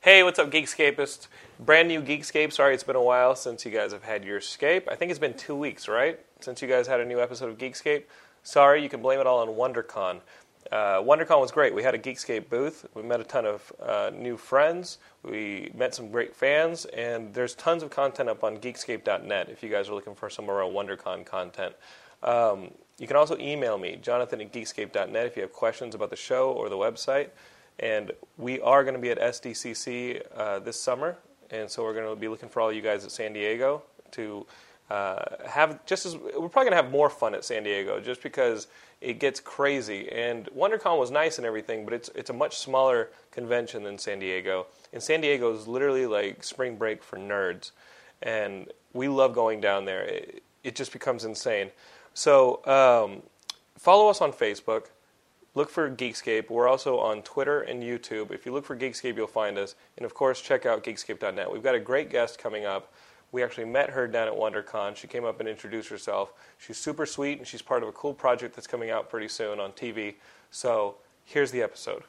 Hey, what's up, Geekscapists? Brand new Geekscape. Sorry, it's been a while since you guys have had your scape. I think it's been two weeks, right? Since you guys had a new episode of Geekscape. Sorry, you can blame it all on WonderCon. Uh, WonderCon was great. We had a Geekscape booth. We met a ton of uh, new friends. We met some great fans, and there's tons of content up on Geekscape.net if you guys are looking for some more WonderCon content. Um, you can also email me, Jonathan at Geekscape.net, if you have questions about the show or the website. And we are going to be at SDCC uh, this summer, and so we're going to be looking for all you guys at San Diego to uh, have just as we're probably going to have more fun at San Diego just because it gets crazy. And WonderCon was nice and everything, but it's it's a much smaller convention than San Diego, and San Diego is literally like spring break for nerds, and we love going down there. It, it just becomes insane. So um, follow us on Facebook look for Geekscape. We're also on Twitter and YouTube. If you look for Geekscape, you'll find us. And of course, check out geekscape.net. We've got a great guest coming up. We actually met her down at WonderCon. She came up and introduced herself. She's super sweet, and she's part of a cool project that's coming out pretty soon on TV. So here's the episode.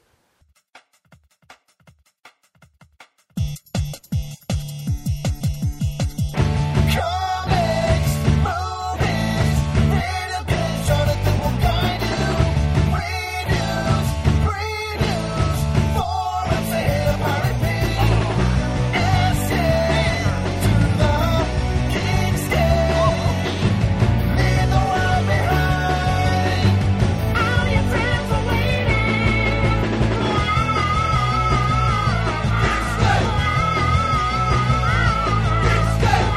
Comics, movies, little bit, Jonathan will guide you. Previews, previews, forums ahead of pirate Listen to the geeks leave the world behind. All your friends are waiting. Geekscape.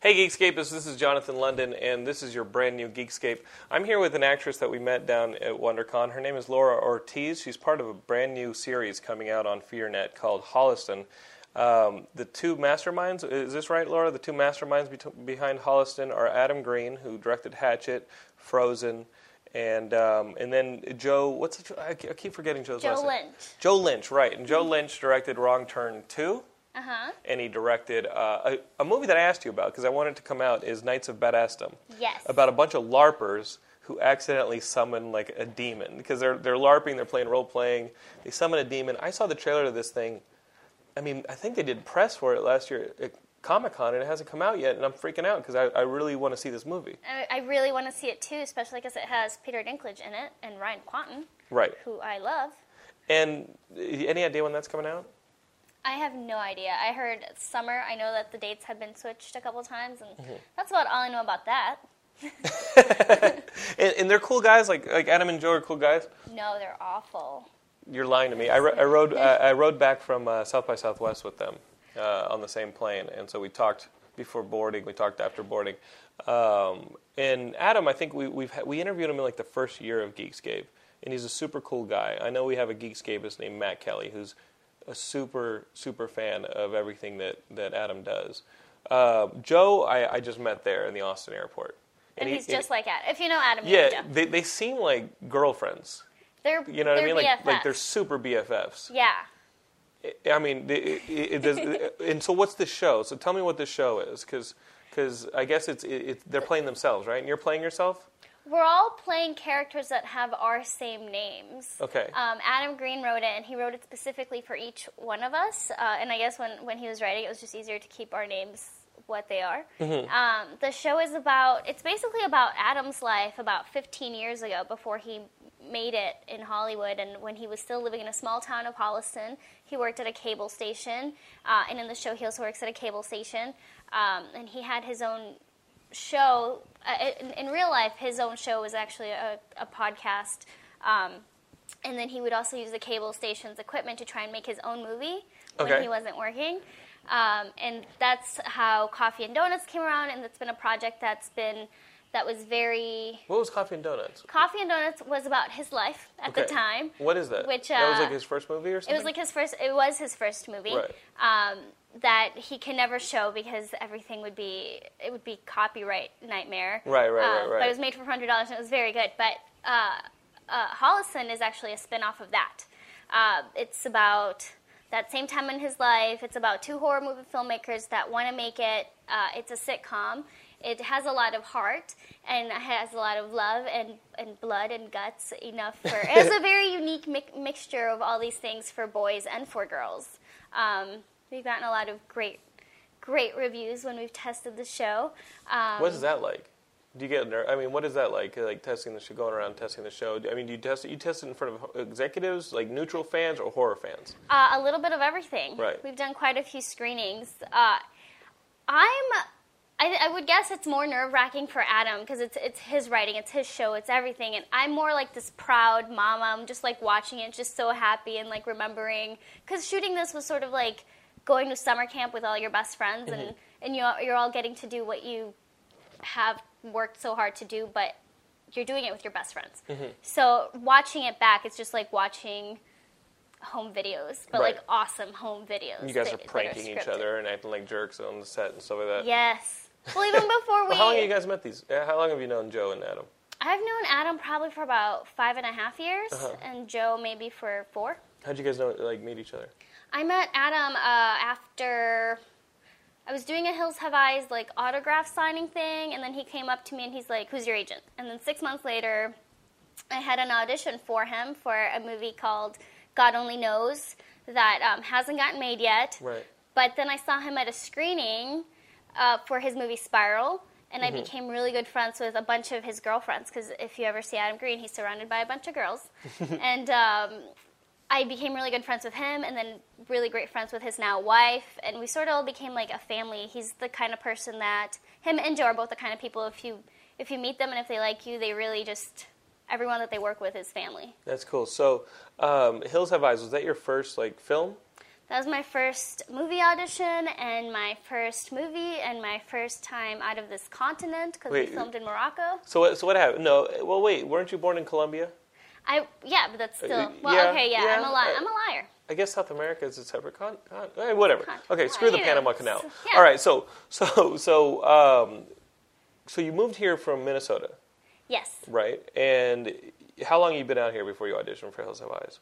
Hey, Geekscapists, this is Jonathan London, and this is your brand new Geekscape. I'm here with an actress that we met down at WonderCon. Her name is Laura Ortiz. She's part of a brand new series coming out on FearNet called Holliston. Um, the two masterminds, is this right, Laura? The two masterminds bet- behind Holliston are Adam Green, who directed Hatchet, Frozen, and um, and then Joe, what's the, I I keep forgetting Joe's Joe last name. Lynch. Mm-hmm. Joe Lynch, right. And Joe Lynch directed Wrong Turn 2 Uh-huh. and he directed uh, a, a movie that I asked you about because I wanted to come out is Knights of Badassdom. Yes. About a bunch of LARPers who accidentally summon like a demon because they're they're LARPing, they're playing role playing, they summon a demon. I saw the trailer to this thing. I mean, I think they did press for it last year at Comic Con, and it hasn't come out yet, and I'm freaking out because I, I really want to see this movie. I, I really want to see it too, especially because it has Peter Dinklage in it and Ryan Quanten, Right. who I love. And uh, any idea when that's coming out? I have no idea. I heard summer. I know that the dates have been switched a couple times, and Mm-hmm. that's about all I know about that. And, and they're cool guys, like like Adam and Joe are cool guys. No, they're awful. You're lying to me. I, ro- I rode uh, I rode back from uh, South by Southwest with them uh, on the same plane, and so we talked before boarding. We talked after boarding. Um, and Adam, I think we we've ha- we interviewed him in like the first year of Geekscape, and he's a super cool guy. I know we have a Geekscapist named Matt Kelly, who's a super super fan of everything that that Adam does. Uh, Joe, I, I just met there in the Austin airport, And, he- he's just like Adam. If you know Adam, you yeah. know Joe. They they seem like girlfriends. They're You know what I they're mean? Like like BFFs. they're super BFFs. yeah. I mean, the- it, it, it does. and so, what's the show? So, tell me what the show is, because I guess it's it, it, they're playing themselves, right? And you're playing yourself. We're all playing characters that have our same names. Okay. Um, Adam Green wrote it, and he wrote it specifically for each one of us. Uh, and I guess when, when he was writing, it was just easier to keep our names what they are. Um, the show is about, it's basically about Adam's life about 15 years ago before he made it in Hollywood. And when he was still living in a small town of Holliston, he worked at a cable station. Uh, and in the show, he also works at a cable station. Um, and he had his own show uh, in, in real life his own show was actually a, a podcast um, and then he would also use the cable station's equipment to try and make his own movie Okay. when he wasn't working um, and that's how coffee and donuts came around and that's been a project that's been that was very What was Coffee and Donuts? Coffee and Donuts was about his life at the Okay. time. What is that? Which, that was uh, like his first movie or It something? was like his first. It was his first movie Right. um, that he can never show because everything would be it would be copyright nightmare. Right, right, right, Um, right. But it was made for hundred dollars and it was very good. But uh, uh, Hollison is actually a spin-off of that. Uh, it's about that same time in his life. It's about two horror movie filmmakers that want to make it. Uh, it's a sitcom. It has a lot of heart and has a lot of love and, and blood and guts enough for. It has a very unique mi- mixture of all these things for boys and for girls. Um, we've gotten a lot of great, great reviews when we've tested the show. Um, What is that like? Do you get ner I mean, what is that like? Like testing the show, going around testing the show. I mean, do you test it? You test it in front of executives, like neutral fans or horror fans. Uh, a little bit of everything. Right. We've done quite a few screenings. Uh, I'm. I, I would guess it's more nerve wracking for Adam because it's it's his writing, it's his show, it's everything, and I'm more like this proud mama. I'm just like watching it, just so happy and like remembering because shooting this was sort of like going to summer camp with all your best friends, and and you you're all getting to do what you have worked so hard to do, but you're doing it with your best friends. Mm-hmm. So watching it back, it's just like watching home videos, but Right. like awesome home videos. You guys that- are that pranking each scripted. other and acting like jerks on the set and stuff like that. Yes. Well, even before we, Well, how long have you guys met these? uh, How long have you known Joe and Adam? I've known Adam probably for about five and a half years, Uh-huh. and Joe maybe for four. How'd you guys know like meet each other? I met Adam uh, after I was doing a Hills Have Eyes like autograph signing thing, and then he came up to me and he's like, "Who's your agent?" And then six months later, I had an audition for him for a movie called God Only Knows that um, hasn't gotten made yet. Right. But then I saw him at a screening uh, for his movie Spiral, and I became really good friends with a bunch of his girlfriends because if you ever see Adam Green, he's surrounded by a bunch of girls. and um, I became really good friends with him, and then really great friends with his now wife, and we sort of all became like a family. He's the kind of person that him and Joe are both the kind of people. If you if you meet them and if they like you, they really just everyone that they work with is family. That's cool. So, um, Hills Have Eyes was that your first like film? That was my first movie audition and my first movie and my first time out of this continent because we Wait. filmed in Morocco. So what? So what happened? No. Well, wait. Weren't you born in Colombia? I yeah, but that's still well Uh, yeah, okay. Yeah, I'm a yeah, uh, liar. I- I'm a liar. I guess South America is a separate con. con- eh, whatever. Con- Okay, screw the yeah. Panama Canal. Yeah. All right. So so so um, so you moved here from Minnesota, Yes, right? And how long you been out here before you auditioned for Hills Have Eyes?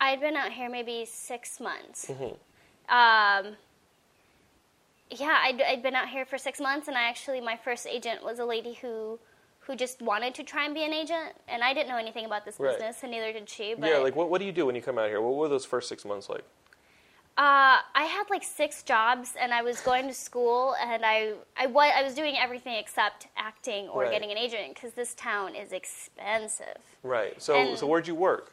I'd been out here maybe six months. Mm-hmm. Um, yeah, I'd, I'd been out here for six months, and I actually my first agent was a lady who who just wanted to try and be an agent, and I didn't know anything about this Right. business, and neither did she. But yeah. Like, what what do you do when you come out here? What were those first six months like? Uh, I had like six jobs, and I was going to school, and I I was I was doing everything except acting or Right. getting an agent because this town is expensive. Right. So And- so where'd you work?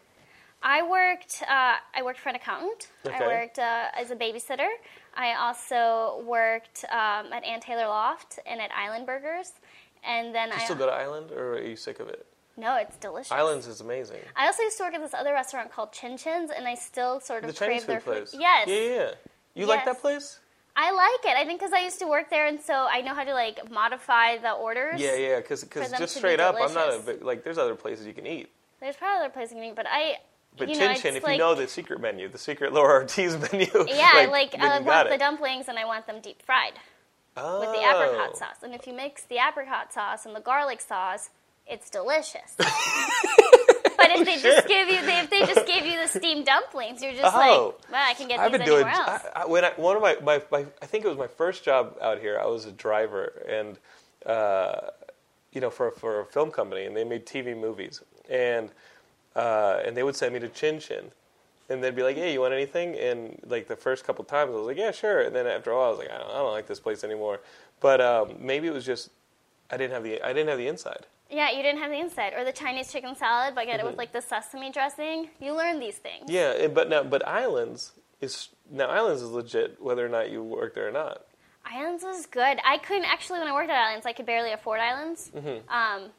I worked uh, I worked for an accountant. Okay. I worked uh, as a babysitter. I also worked um, at Ann Taylor Loft and at Island Burgers, and then You I still go to Island, or are you sick of it? no, it's delicious. Islands is amazing. I also used to work at this other restaurant called Chin Chin's, and I still sort of The Chinese crave their food place. Yes, Yeah, yeah. yeah. You like that Yes. place? I like it. I think because I used to work there, and so I know how to like modify the orders. Yeah, yeah. Because them just to be straight up, I'm not a delicious. big, like. There's other places you can eat. There's probably other places you can eat, but I. But you know, Chin it's Chin, if you like- know the secret menu, the secret Laura Ortiz menu. Yeah, I like, uh, then I you want got the it. dumplings and I want them deep fried oh. with the apricot sauce. And if you mix the apricot sauce and the garlic sauce, it's delicious. but if they just Oh, shit. give you, they, if they just give you the steamed dumplings, you're just Oh. like, well, I can get I've these been doing. anywhere else. I, I, when I, one of my, my, my, I think it was my first job out here. I was a driver, and uh, you know, for for a film company, and they made TV movies, and uh, and they would send me to Chin Chin, and they'd be like, "Hey, you want anything?" And like the first couple times, I was like, "Yeah, sure," and then after a while, I was like, "I don't, I don't like this place anymore." But um, maybe it was just I didn't have the I didn't have the inside. yeah, you didn't have the inside or the Chinese chicken salad, but get it with like the sesame dressing. You learn these things. Mm-hmm. Yeah, and- but now but Islands is now Islands is legit whether or not you work there or not. Mm-hmm. Islands was good. I couldn't actually when I worked at Islands, I could barely afford Islands. Um,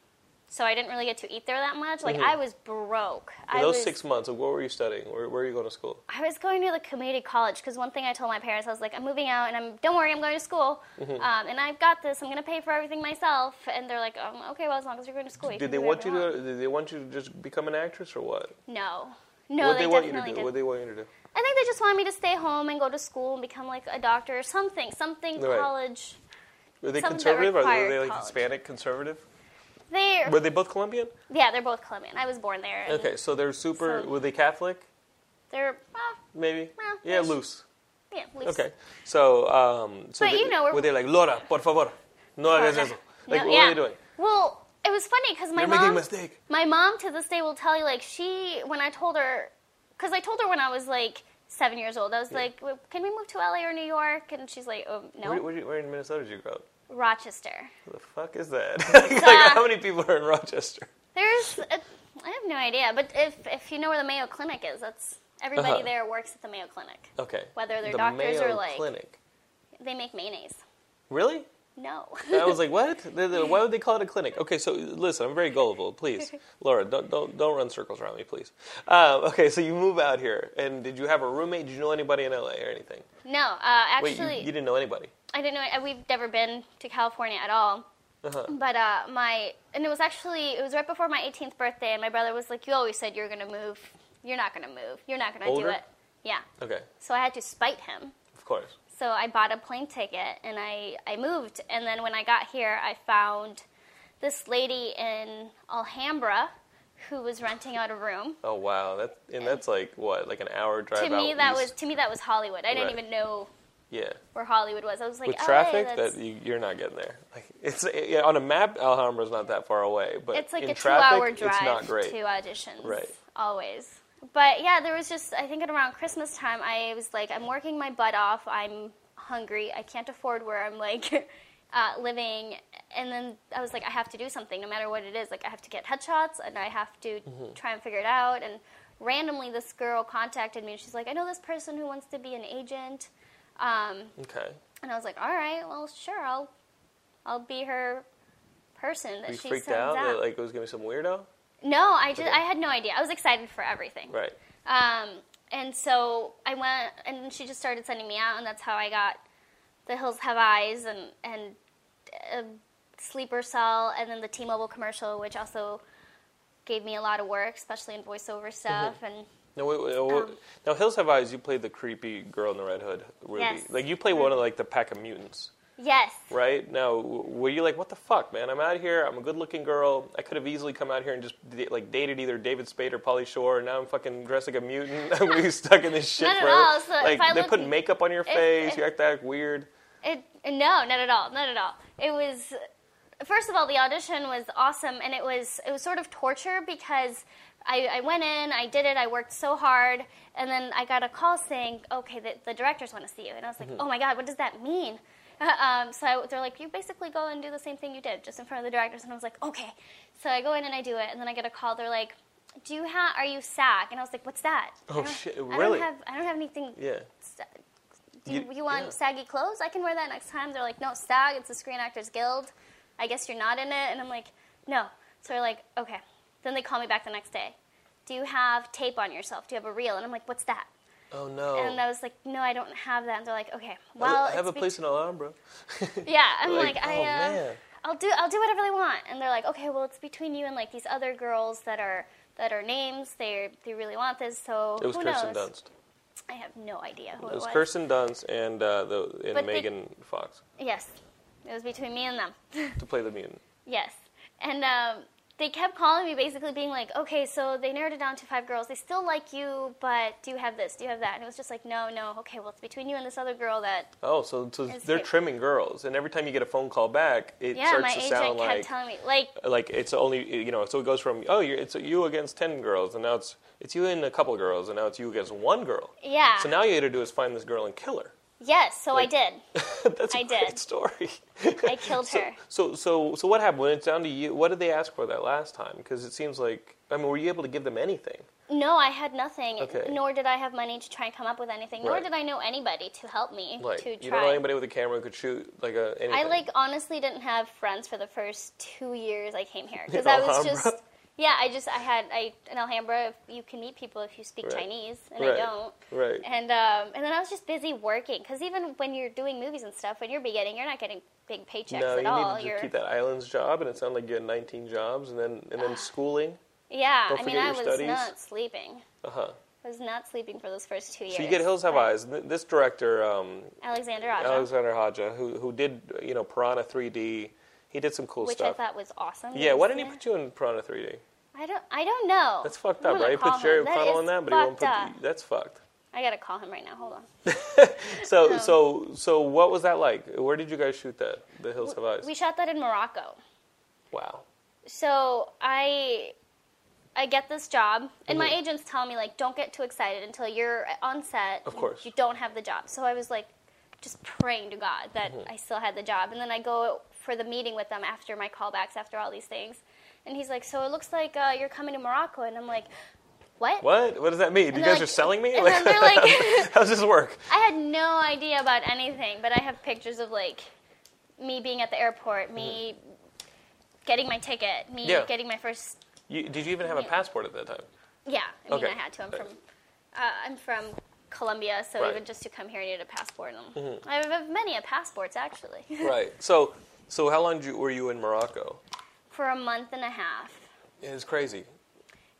so I didn't really get to eat there that much. Like I was broke. For I Mm-hmm. those was, six months, like, what were you studying? Where, where are you going to school? I was going to the community college because one thing I told my parents, I was like, I'm moving out, and I'm don't worry, I'm going to school, Mm-hmm. um, and I've got this. I'm going to pay for everything myself. And they're like, um, okay, well, as long as you're going to school, you Did can they do want you whatever to? Did they want you to just become an actress or what? No, no, what they, they want you to definitely do? did. What they want you to do? I think they just wanted me to stay home and go to school and become like a doctor or something, something Right. college. Were they Some that conservative? Or were they required like college. Hispanic conservative? They, Were they both Colombian? yeah, they're both Colombian. I was born there. and Okay, so they're super. So- were they Catholic? They're, well, Maybe. Nah, yeah, ish. loose. yeah, at least- Okay, so um, so But they, you know, we're- were they like Laura, por favor, no hagas eso? Like, No, what were yeah. they doing? Well, it was funny because my You're mom, making a mistake. my mom to this day will tell you like she when I told her because I told her when I was like seven years old I was like "Well, can we move to LA or New York and she's like oh no Where, where, you- where in Minnesota did you grow up? Rochester What the fuck is that? like, Uh, how many people are in Rochester? there's a, I have no idea but if if you know where the Mayo Clinic is that's everybody Uh-huh. there works at the Mayo Clinic Okay. Whether they're the doctors Mayo or, like- clinic. they make mayonnaise Really? no I was like, what? They- they- Why would they call it a clinic? Okay, so listen, I'm very gullible. Please, Laura, don't don't don't run circles around me, please. Um, okay, so you move out here, and did you have a roommate? Did you know anybody in LA or anything? no uh, Wait, actually you, you didn't know anybody. I didn't know. I- We've never been to California at all. Uh-huh. But uh, my and it was actually it was right before my 18th birthday, and my brother was like, "You always said you were gonna move. You're not gonna move. You're not gonna Older? do it." Yeah. Okay, So I had to spite him. of course. So I bought a plane ticket and I I moved. And then when I got here, I found this lady in Alhambra who was renting out a room. Oh wow, that and that's like what, like an hour drive To out me, that was east? to me that was Hollywood. I didn't Right. even know yeah. where Hollywood was. I was like, With "LA, traffic, oh, that's- that you, you're not getting there. Like it's yeah, on a map, Alhambra's not that far away, but it's like in a traffic, two-hour drive it's not great. to uh, auditions, Right. Always. But yeah, there was just I think at around Christmas time, I was like, I'm working my butt off. I'm hungry. I can't afford where I'm like uh, living. And then I was like, I have to do something, no matter what it is. Like I have to get headshots, and I have to Mm-hmm. try and figure it out. And randomly, this girl contacted me, and she's like, I know this person who wants to be an agent. Um, Okay, and I was like, all right, well, sure, I'll, I'll be her person that you she freaked sends out out. that like it was gonna be some weirdo, No, I just Okay. I had no idea. I was excited for everything. right? Um, and so I went, and she just started sending me out, and that's how I got the Hills Have Eyes and and uh, Sleeper Cell, and then the T-Mobile commercial, which also gave me a lot of work, especially in voiceover stuff. And Now, wait, wait, wait. Um, now, Hills Have Eyes. You played the creepy girl in the Red Hood, Ruby. Yes. Mm-hmm. Like you play one of like the pack of mutants, yes, right? Now, w- were you like, what the fuck, man? I'm out here. I'm a good-looking girl. I could have easily come out here and just da- like dated either David Spade or Polly Shore, and now I'm fucking dressed like a mutant. I'm gonna be stuck in this shit Not at forever. all. So if like I they look- put makeup on your if- face. if- you act that weird. It, no, not at all, not at all. It was first of all the audition was awesome, and it was it was sort of torture because I, I went in, I did it, I worked so hard, and then I got a call saying, okay, the, the directors want to see you, and I was like, Mm-hmm. oh my god, what does that mean? um, so I, they're like, you basically go and do the same thing you did, just in front of the directors, and I was like, okay. So I go in and I do it, and then I get a call. They're like, do you have? Are you SAG? And I was like, what's that? I Oh, don't- shit, I really? don't have I don't have anything Yeah. do you, You- you want yeah. saggy clothes? I can wear that next time. They're like, no, SAG, it's the Screen Actors Guild. I guess you're not in it. And I'm like, no. So they're like, okay. Then they call me back the next day. Do you have tape on yourself? Do you have a reel? And I'm like, what's that? Oh no. And I was like, no, I don't have that. And they're like, okay, I li- well, I have it's a be- place in Alhambra. Yeah, I'm Like, like, I, oh, uh, man. I'll do, I'll do whatever they want. And they're like, okay, well, it's between you and like these other girls that are that are names. They they really want this, so It was who Kirsten knows? Dunst. I have no idea who It it was was. Kirsten Dunst and uh, the and But they- Megan Fox Yes, it was between me and them. to play the mutant. Yes. And um, they kept calling me, basically being like, okay, so they narrowed it down to five girls. They still like you, but do you have this? Do you have that? And it was just like, no, no, okay, well, it's between you and this other girl that. Oh, so, so It's they're good. trimming girls, and every time you get a phone call back, it Yeah, my starts to agent sound kept like telling me. Like, like it's only you know. So it goes from oh, you're, it's you against ten girls, and now it's it's you and a couple girls, and now it's you against one girl. yeah. So now you had to do is find this girl and kill her. yes, so like- I did. That's a I great did. story. I killed her. so so so what happened when it's down to you? What did they ask for that last time? Because it seems like I mean, were you able to give them anything? No, I had nothing. Okay. Nor did I have money to try and come up with anything. Nor Right. did I know anybody to help me Like to try. you don't know anybody with a camera who could shoot like a anything. I like honestly didn't have friends for the first two years I came here because In I was Alhambra? just yeah. I just I had I in Alhambra you can meet people if you speak Right. Chinese and Right. I don't. Right. And um, and then I was just busy working because even when you're doing movies and stuff, when you're beginning, you're not getting big paychecks no, at you all. needed to you're keep that islands job, and it sounded like you had 19 jobs, and then and then schooling. yeah. Don't I mean, forget I your was studies. not sleeping. Uh huh. I was not sleeping for those first two years. So you get Hills Have But Eyes. Th- This director, um, Alexander Aja, Alexander Haja, who who did you know Piranha 3D, he did some cool which stuff. I thought was awesome. yeah, why didn't he Wasn't put it? you in Piranha 3D? I don't. I don't know. That's fucked I'm up, gonna right? He call put Jerry him. That O'Connell is in that, but he won't fucked put. up. That's fucked. I gotta call him right now. Hold on. So so so what was that like? Where did you guys shoot that? The Hills Have Eyes. We shot that in Morocco. wow. So I I get this job, Mm-hmm. and my agents tell me like, don't get too excited until you're on set. Of You- course. You, don't have the job. So I was like, just praying to God that Mm-hmm. I still had the job, and then I go for the meeting with them after my callbacks, after all these things, and he's like, so it looks like uh, you're coming to Morocco, and I'm like, what? What? What does that mean? you they're guys like- are selling me? And then they're like. how does this work? I had no idea about anything, but I have pictures of like me being at the airport, me getting my ticket, me Mm-hmm. Yeah. getting my first. You, did you even have a passport at that time? Yeah, I mean, Okay. I had to. I'm from uh, I'm from Colombia, so Right. Mm-hmm. even just to come here, I needed a passport. And I have many a passports actually, Right. So so how long did you, were you in Morocco? for a month and a half. It was crazy.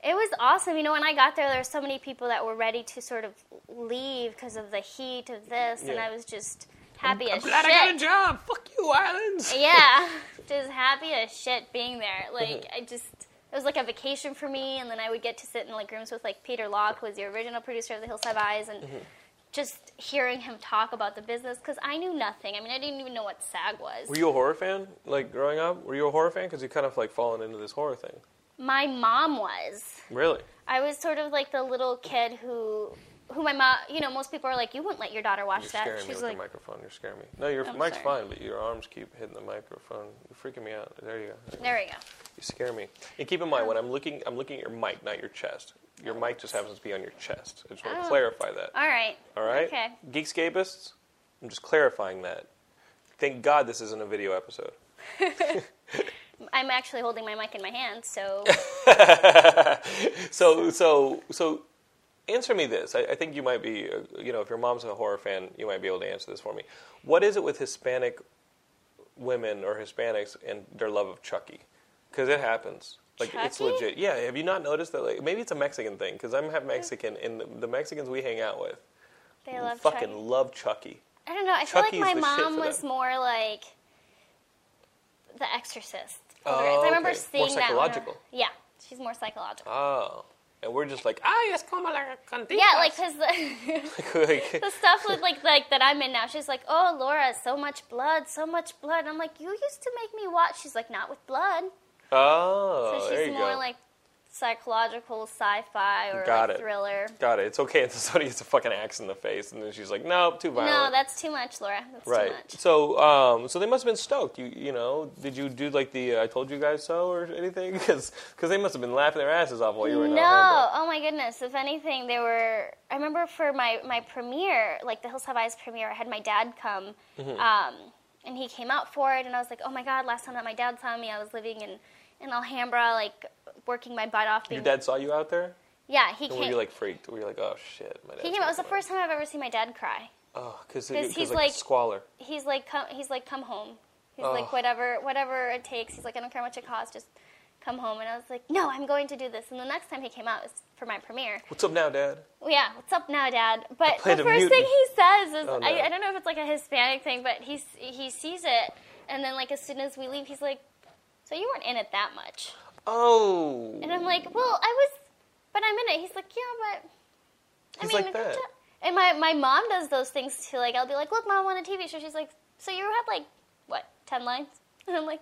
It was awesome. You know, when I got there, there were so many people that were ready to sort of leave because of the heat of this, and Yeah. I was just happy as Glad shit. I got a job. Fuck you, islands. yeah, just happy as shit being there. Like Uh-huh. I just, it was like a vacation for me, and then I would get to sit in like rooms with like Peter Locke, who was the original producer of The Hills Have Eyes, and Uh-huh. just hearing him talk about the business because I knew nothing. I mean, I didn't even know what SAG was. Were you a horror fan? Like growing up, were you a horror fan? Because you kind of like fallen into this horror thing. My mom was. Really? I was sort of like the little kid who, who my mom. You know, most people are like, you wouldn't let your daughter watch You're that. scaring me She's with like, the microphone. You're scaring me. No, your I'm mic's sorry. fine, but your arms keep hitting the microphone. You're freaking me out. There you go. there Um, we go. You scare me. And keep in mind when I'm looking, I'm looking at your mic, not your chest. Your mic just happens to be on your chest. I just want to Oh. clarify that. All right. All right? Okay. Geekscapists, I'm just clarifying that. Thank God this isn't a video episode. I'm actually holding my mic in my hand, so So, so, so, answer me this. I, I think you might be, uh, you know, if your mom's a horror fan, you might be able to answer this for me. What is it with Hispanic women or Hispanics and their love of Chucky? Because it happens. Like it's Chucky? legit. Yeah. Have you not noticed that? Like maybe it's a Mexican thing. Because I'm half Mexican, and the, the Mexicans we hang out with they love fucking Chucky. love Chucky. I don't know. I Chucky's feel like the my shit mom for was them. more like The Exorcist. Oh, I remember okay. seeing More that. when I- psychological. yeah, she's more psychological. Oh. And we're just like, ah, yes, como la cantinas. yeah, like because the, like, the stuff with like like that I'm in now. She's like, "Oh, Laura, so much blood, so much blood." I'm like, "You used to make me watch." She's like, "Not with blood." oh, So there she's you more go. like psychological sci-fi or Got like it. thriller. Got it. It's okay if somebody gets a fucking axe in the face, and then she's like, "No, too violent." No, that's too much, Laura. That's right. too much. So, um, so they must have been stoked. You, you know, did you do like the uh, "I told you guys so" or anything? Because, they must have been laughing their asses off while you were in No, Alhambra. oh my goodness. If anything, they were. I remember for my, my premiere, like the Hills Have Eyes premiere, I had my dad come, Mm-hmm. um, and he came out for it, and I was like, oh my god, last time that my dad saw me, I was living in, in Alhambra, like working my butt off. Your Being, dad saw you out there, Yeah, he and were came. you like freaked? Were you like, "Oh shit, my dad"? he came. It was the first time I've ever seen my dad cry. Oh, because he's like like- squalor. He's like, come. He's like, come home. He's Ugh. like, whatever, whatever it takes. He's like, I don't care how much it costs, just come home. And I was like, no, I'm going to do this. And the next time he came out was for my premiere. What's up now, Dad? Well, Yeah, what's up now, Dad? But played the a first mutant. thing he says is, Oh, no. I, I don't know if it's like a Hispanic thing, but he's he sees it, and then like as soon as we leave, he's like, "So you weren't in it that much?" Oh, And I'm like, "Well, I was, but I'm in it." He's like, "Yeah, but I He's mean." like that. And my my mom does those things too. Like I'll be like, "Look, mom, on a TV show." She's like, "So you had like what ten lines?" And I'm like,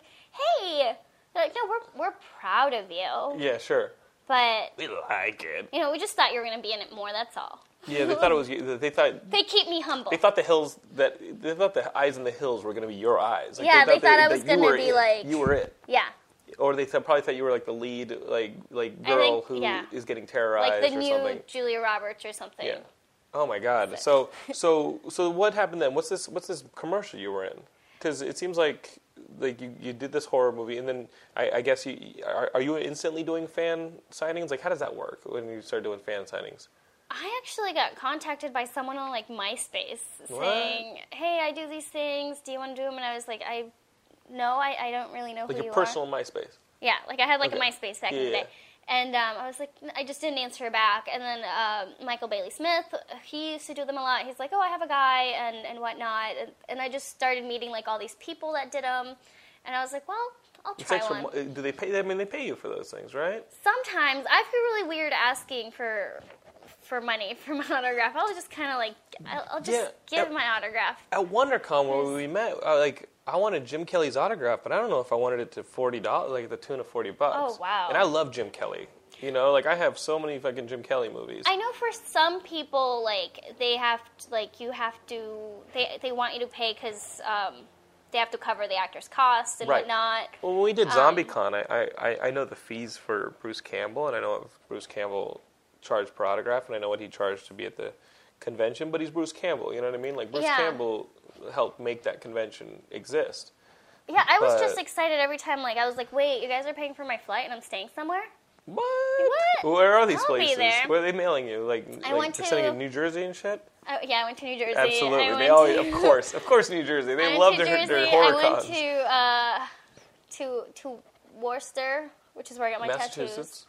"Hey." They're like, no, we're, we're proud of you. yeah, sure. But, We like it. you know, we just thought you were going to be in it more, that's all. Yeah, they thought it was. They thought They keep me humble. They thought the hills that they thought the eyes in the hills were going to be your eyes. Like, Yeah, they thought I that was you gonna were be it. like- you were it. Yeah. or they th- probably thought you were like the lead, like like girl think- who is yeah. getting terrorized like the or new something. Julia Roberts or something. Yeah. Oh my God. So so so what happened then? What's this? What's this commercial you were in? Because it seems like like you, you did this horror movie, and then I, I guess you are, are you instantly doing fan signings? Like how does that work when you start doing fan signings? I actually got contacted by someone on like MySpace What? saying, "Hey, I do these things. Do you want to do them?" And I was like, "I, no, I, I don't really know Like who your you personal are." MySpace. Yeah, like I had like Okay. a MySpace back in Yeah, the yeah. day, and um, I was like, I just didn't answer back. And then um, Michael Bailey Smith, he used to do them a lot. He's like, "Oh, I have a guy," and and whatnot. And, and I just started meeting like all these people that did them, and I was like, "Well, I'll It's try extra. one." mo- Do they pay? I mean, they pay you for those things, right? Sometimes I feel really weird asking for for money for my autograph. I'll just kind of like I'll, I'll just Yeah, give uh, my autograph. At WonderCon where we met, I, like I wanted Jim Kelly's autograph, but I don't know if I wanted it to forty dollars, like the tune of forty bucks. Oh, wow. And I love Jim Kelly. You know, like I have so many fucking Jim Kelly movies. I know for some people like they have to, like you have to they they want you to pay because um, they have to cover the actor's cost and Right. whatnot. Well, when we did Um, ZombieCon, I, I, I- I know the fees for Bruce Campbell, and I know what Bruce Campbell charged per autograph, and I know what he charged to be at the convention, but he's Bruce Campbell, you know what I mean? Like, Bruce Yeah. Campbell helped make that convention exist. Yeah, I was but- just excited every time. Like I was like, wait, you guys are paying for my flight and I'm staying somewhere. What? What? Where are these I'll be places? there. Where are they mailing you? Like, I like want they're sending you to- to New Jersey and shit? I, Oh, yeah, I went to New Jersey. I Absolutely. They went always, to- of course, of course, New Jersey. They I love went to their, Jersey. their horror I went cons. to uh, to to Worcester, which is where I got my tattoos. Massachusetts.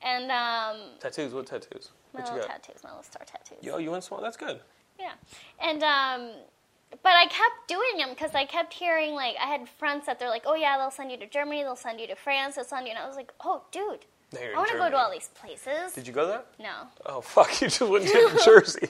And um, Tattoos? What tattoos? my What you little got? tattoos, my little star tattoos. Yo, you went small. That's good. Yeah. And um, but I kept doing them because I kept hearing like I had friends that they're like, oh yeah, they'll send you to Germany, they'll send you to France, they'll send you, and I was like, oh dude, Now you're I in want to go Germany. to all these places. Did you go there? No, Oh fuck! You just went to New Jersey.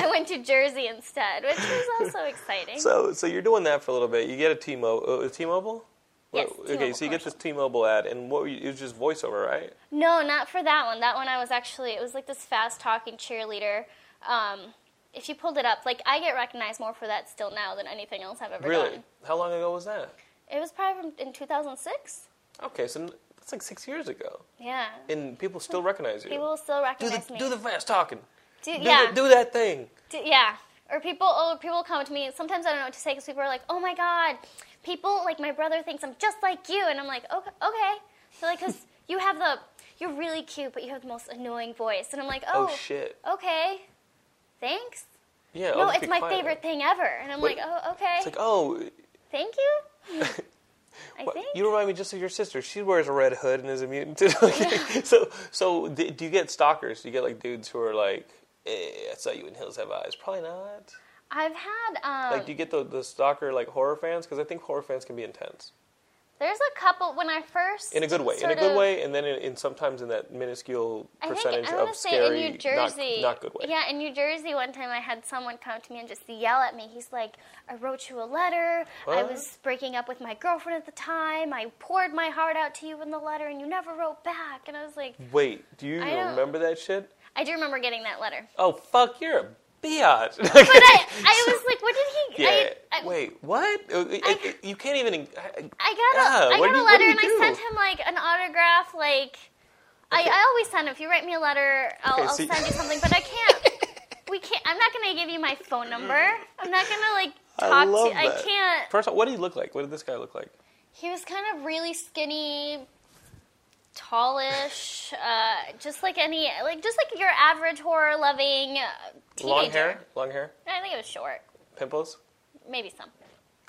I went to Jersey instead, which was also exciting. So, so you're doing that for a little bit. You get a T-Mobile. Uh, T-Mobile. Yes, Well, T-Mobile okay, so you get commercial. this T-Mobile ad, and what were you, it was just voiceover, right? No, not for that one. That one I was actually, it was like this fast talking cheerleader. Um, if you pulled it up, like I get recognized more for that still now than anything else I've ever Really? done. How long ago was that? It was probably from, in 2006. Okay, so that's like six years ago, Yeah. and people still recognize you. people still do the recognize me. do the fast talking. Do- Do, yeah. the, do that thing. Do- yeah. Or people, oh, people come to me. Sometimes I don't know what to say because people are like, "Oh my God, people like my brother thinks I'm just like you," and I'm like, "Okay, okay." They're like, "Cause you have the, you're really cute, but you have the most annoying voice," and I'm like, Oh, "Oh, shit. okay, thanks." Yeah. I'll No, just it's be my Oh, quiet. favorite thing ever, and I'm Wait. like, "Oh, okay, It's like, oh, thank you." I Well, think. You remind me just of your sister. She wears a red hood and is a mutant. too. Okay. so, so d- do you get stalkers? Do you get like dudes who are like, eh, "I saw you in Hills Have Eyes." Probably not. I've had um, Like, do you get the, the stalker like horror fans? Because I think horror fans can be intense there's a couple when I first in a good way, in a sort good of- way, and then in, in sometimes in that minuscule I think percentage I of want to say in scary, New not- Jersey, not, good way. Yeah, in New Jersey, one time I had someone come to me and just yell at me. He's like, "I wrote you a letter. I What? was breaking up with my girlfriend at the time. I poured my heart out to you in the letter, and you never wrote back." And I was like, Wait, do you I don't- remember that shit? "I do remember getting that letter." Oh fuck, you're a biatch. But I, I was like, "What did he?" yeah. I, I, Wait, what? Uh, uh, you can't even. I got Ah, a, I what do got a you- what do letter you and do? I sent him like an autograph. Like, I, I always send him. If you write me a letter, I'll, Okay, I'll so you- send you something. But I can't. we can't. I'm not gonna give you my phone number. I'm not gonna like talk I love to. that. I can't. First of all, what did he look like? What did this guy look like? He was kind of really skinny, tallish, uh, just like any, like just like your average horror-loving uh, teenager. Long hair, long hair, I think it was short, pimples. maybe some.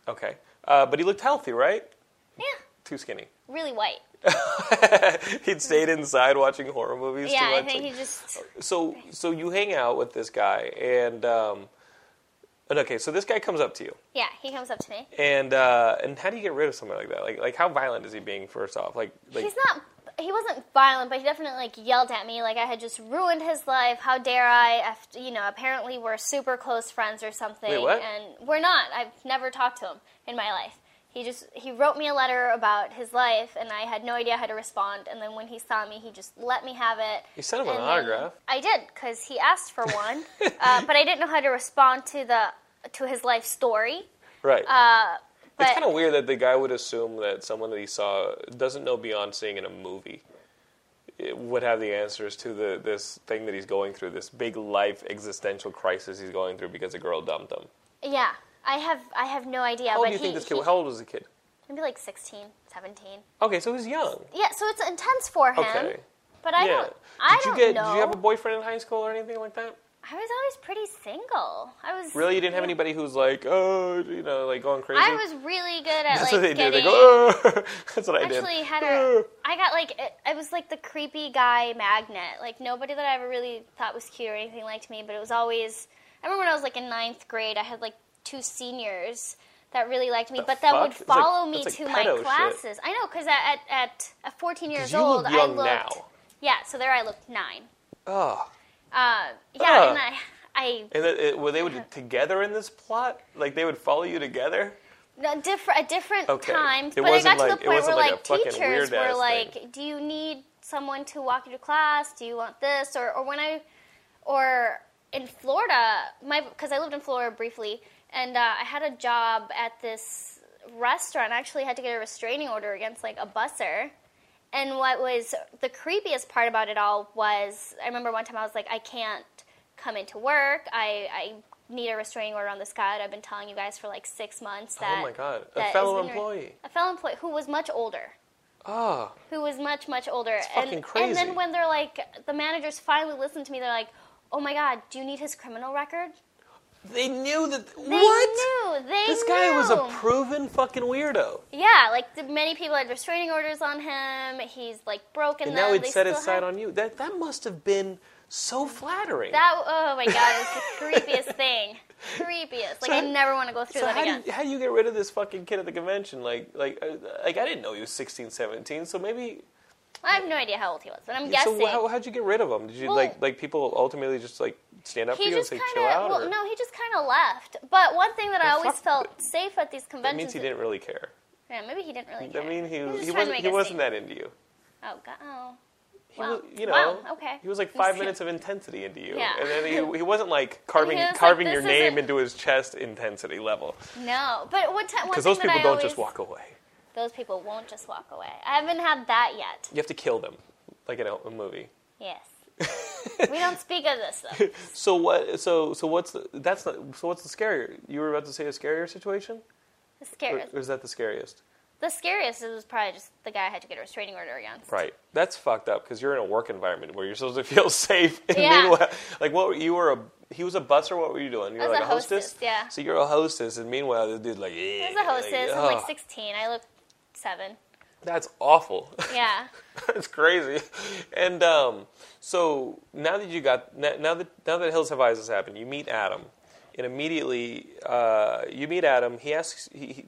Okay, uh, but he looked healthy, right? Yeah, Too skinny. really white. He'd stayed inside watching horror movies yeah, too I much. think he Like- just. So, so you hang out with this guy, and um, and okay, so this guy comes up to you, Yeah, he comes up to me. and uh, and how do you get rid of somebody like that? Like, like how violent is he being? First off, like, like he's not he wasn't violent but he definitely like yelled at me like i had just ruined his life how dare i after, you know apparently we're super close friends or something Wait, what? and we're not i've never talked to him in my life he just he wrote me a letter about his life and i had no idea how to respond and then when he saw me he just let me have it You sent him an And then autograph. i did because he asked for one uh, but i didn't know how to respond to the to his life story right. uh, But it's kind of weird that the guy would assume that someone that he saw doesn't know beyond seeing in a movie it would have the answers to the this thing that he's going through, this big life existential crisis he's going through because a girl dumped him. yeah, I have I have no idea. How but old do you he, think this kid? he- How old was the kid? Maybe like 16, 17. Okay, so he's young. Yeah, so it's intense for him. Okay. But I yeah. don't. I did you don't get? know. Did you have a boyfriend in high school or anything like that? I was always pretty single. I was Really, you didn't have yeah. anybody who's like, oh, you know, like going crazy. I was really good at That's like what they getting. do. They go. Oh. That's what I did. actually had a. I got like it, I was like the creepy guy magnet. Like nobody that I ever really thought was cute or anything liked me, but it was always. I remember when I was like in ninth grade, I had like two seniors that really liked me, The but that fuck? would It's like- follow me that's to like my pedo shit. classes. I know because at, at at 14 years you old, look young I looked. now. Yeah, so there I looked nine. Oh. Uh, yeah, Ugh. and I, I And it, it, were they would together in this plot? Like they would follow you together? No, different at different Okay. times. It but I wasn't got like- to it the point where wasn't like a like, fucking teachers weird-ass were thing. like, "Do you need someone to walk you to class? Do you want this?" Or or when I or in Florida, my because I lived in Florida briefly, and uh, I had a job at this restaurant. I actually had to get a restraining order against like a busser. And what was the creepiest part about it all was I remember one time I was like, I can't come into work. I, I need a restraining order on this guy that I've been telling you guys for like six months. That, Oh my God. A that fellow has been re- employee. a fellow employee who was much older. Ah. Who was much, much older. fucking and, and crazy. then when they're like, the managers finally listened to me, they're like, oh my God, do you need his criminal record? They knew that. They what? knew. They this guy was a knew. proven fuccking weirdo. Yeah, like the, many people had restraining orders on him. He's like broken And them. now he'd They set his still sight have- on you. That that must have been so flattering. That oh my god, it's the creepiest thing. Creepiest. Like I So- never want to go through so that how again. do, you, how do you get rid of this fucking kid at the convention? Like like uh, like I didn't know he was 16, 17, so maybe I have no idea how old he was, but I'm guessing so how how'd you get rid of him? Did you Well- like like people ultimately just like stand up for he you and just say kind chill out? of well, or- no, he just kind of left. But one thing that I Well, always fuck, felt safe at these That conventions. means he didn't really care. Yeah, maybe he didn't really. I Care. mean, he, was was, just he trying to wasn't, make he a wasn't statement. that into you. Oh god. Oh. He Wow. was, you know, wow. Okay. he was like I'm just five kidding. minutes of intensity into you, Yeah. and then he, he wasn't like carving was like, carving "This your name isn't-" into his chest intensity level No, but what time? because those people don't just walk away. Those people won't just walk away. I haven't had that yet. You have to kill them, like in a, a movie. Yes. we don't speak of this though. So what? So so what's the, that's not, so what's the scarier? You were about to say a scarier situation, The or, scariest. or is that the scariest? The scariest was probably just the guy I had to get a restraining order against. Right. That's fucked up because you're in a work environment where you're supposed to feel safe. And Yeah. meanwhile, like what were, you were a he was a busser. What were you doing? You I were was like a hostess, yeah. So you're a hostess, and meanwhile the dude like yeah. I was a hostess. Like, I'm like ugh, 16. I look seven. That's awful. Yeah. that's crazy. And um, so now that you got now, now that now that Hills Have Eyes has happened, you meet Adam, and immediately uh, you meet Adam. He asks he. he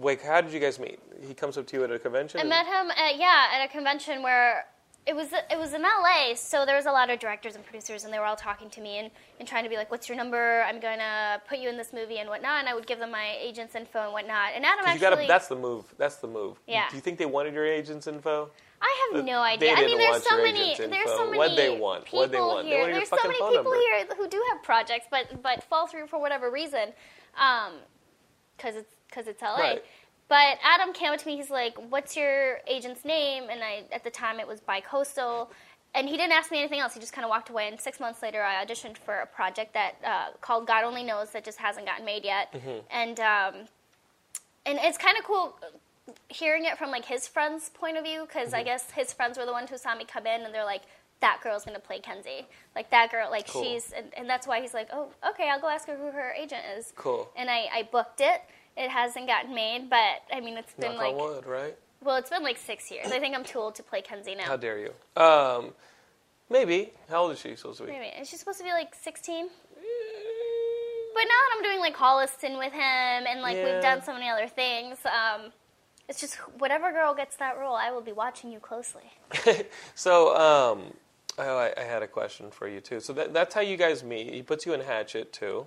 like, how did you guys meet? He comes up to you at a convention. I and- met him at yeah at a convention where it was it was in LA, so there was a lot of directors and producers, and they were all talking to me and, and trying to be like, "What's your number? I'm gonna put you in this movie and whatnot." And I would give them my agent's info and whatnot. And Adam 'Cause actually, you gotta, that's the move. That's the move. Yeah. Do you think they wanted your agent's info? I have But no they idea. I mean, Uh, didn't there's want so your many. agent's There's info. so many. What'd they want? People What'd they want? They here. wanted your there's so fucking many phone people number. here who do have projects, but but fall through for whatever reason, because it's because it's LA. Right. But Adam came up to me. He's like, "What's your agent's name?" And I, at the time, it was Bicoastal. And he didn't ask me anything else. He just kind of walked away. And six months later, I auditioned for a project that uh, called God Only Knows that just hasn't gotten made yet. Mm-hmm. And um, and it's kind of cool uh, hearing it from like his friends' point of view because Mm-hmm. I guess his friends were the ones who saw me come in and they're like, "That girl's gonna play Kenzie, like that girl, like Cool. she's," and, and that's why he's like, "Oh, okay, I'll go ask her who her agent is." Cool. And I, I booked it. It hasn't gotten made, but I mean, it's been Knock like, on wood, right? well, it's been like six years. I think I'm too old to play Kenzie now. How dare you? Um, maybe. How old is she supposed to be? Anyway, is she supposed to be like 16? Mm, But now that I'm doing like Holliston with him and like Yeah. we've done so many other things, um, it's just whatever girl gets that role, I will be watching you closely. So, um, oh, I, I had a question for you too. So that, that's how you guys meet. He puts you in Hatchet too,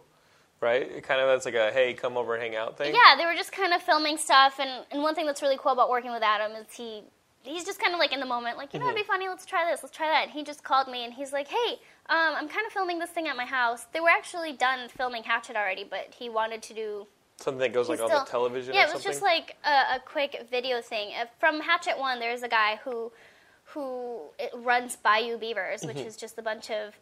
right? It kind of that's like a hey, come over and hang out thing. Yeah, they were just kind of filming stuff, and, and one thing that's really cool about working with Adam is he he's just kind of like in the moment, like you know, Mm-hmm. it'd be funny. Let's try this. Let's try that. And he just called me, and he's like, "Hey, um, I'm kind of filming this thing at my house." They were actually done filming Hatchet already, but he wanted to do Something that goes like He's on still- the television Yeah, or it was something. just like a, a quick video thing Uh, from Hatchet One. There's a guy who who it runs Bayou Beavers, which is just a bunch of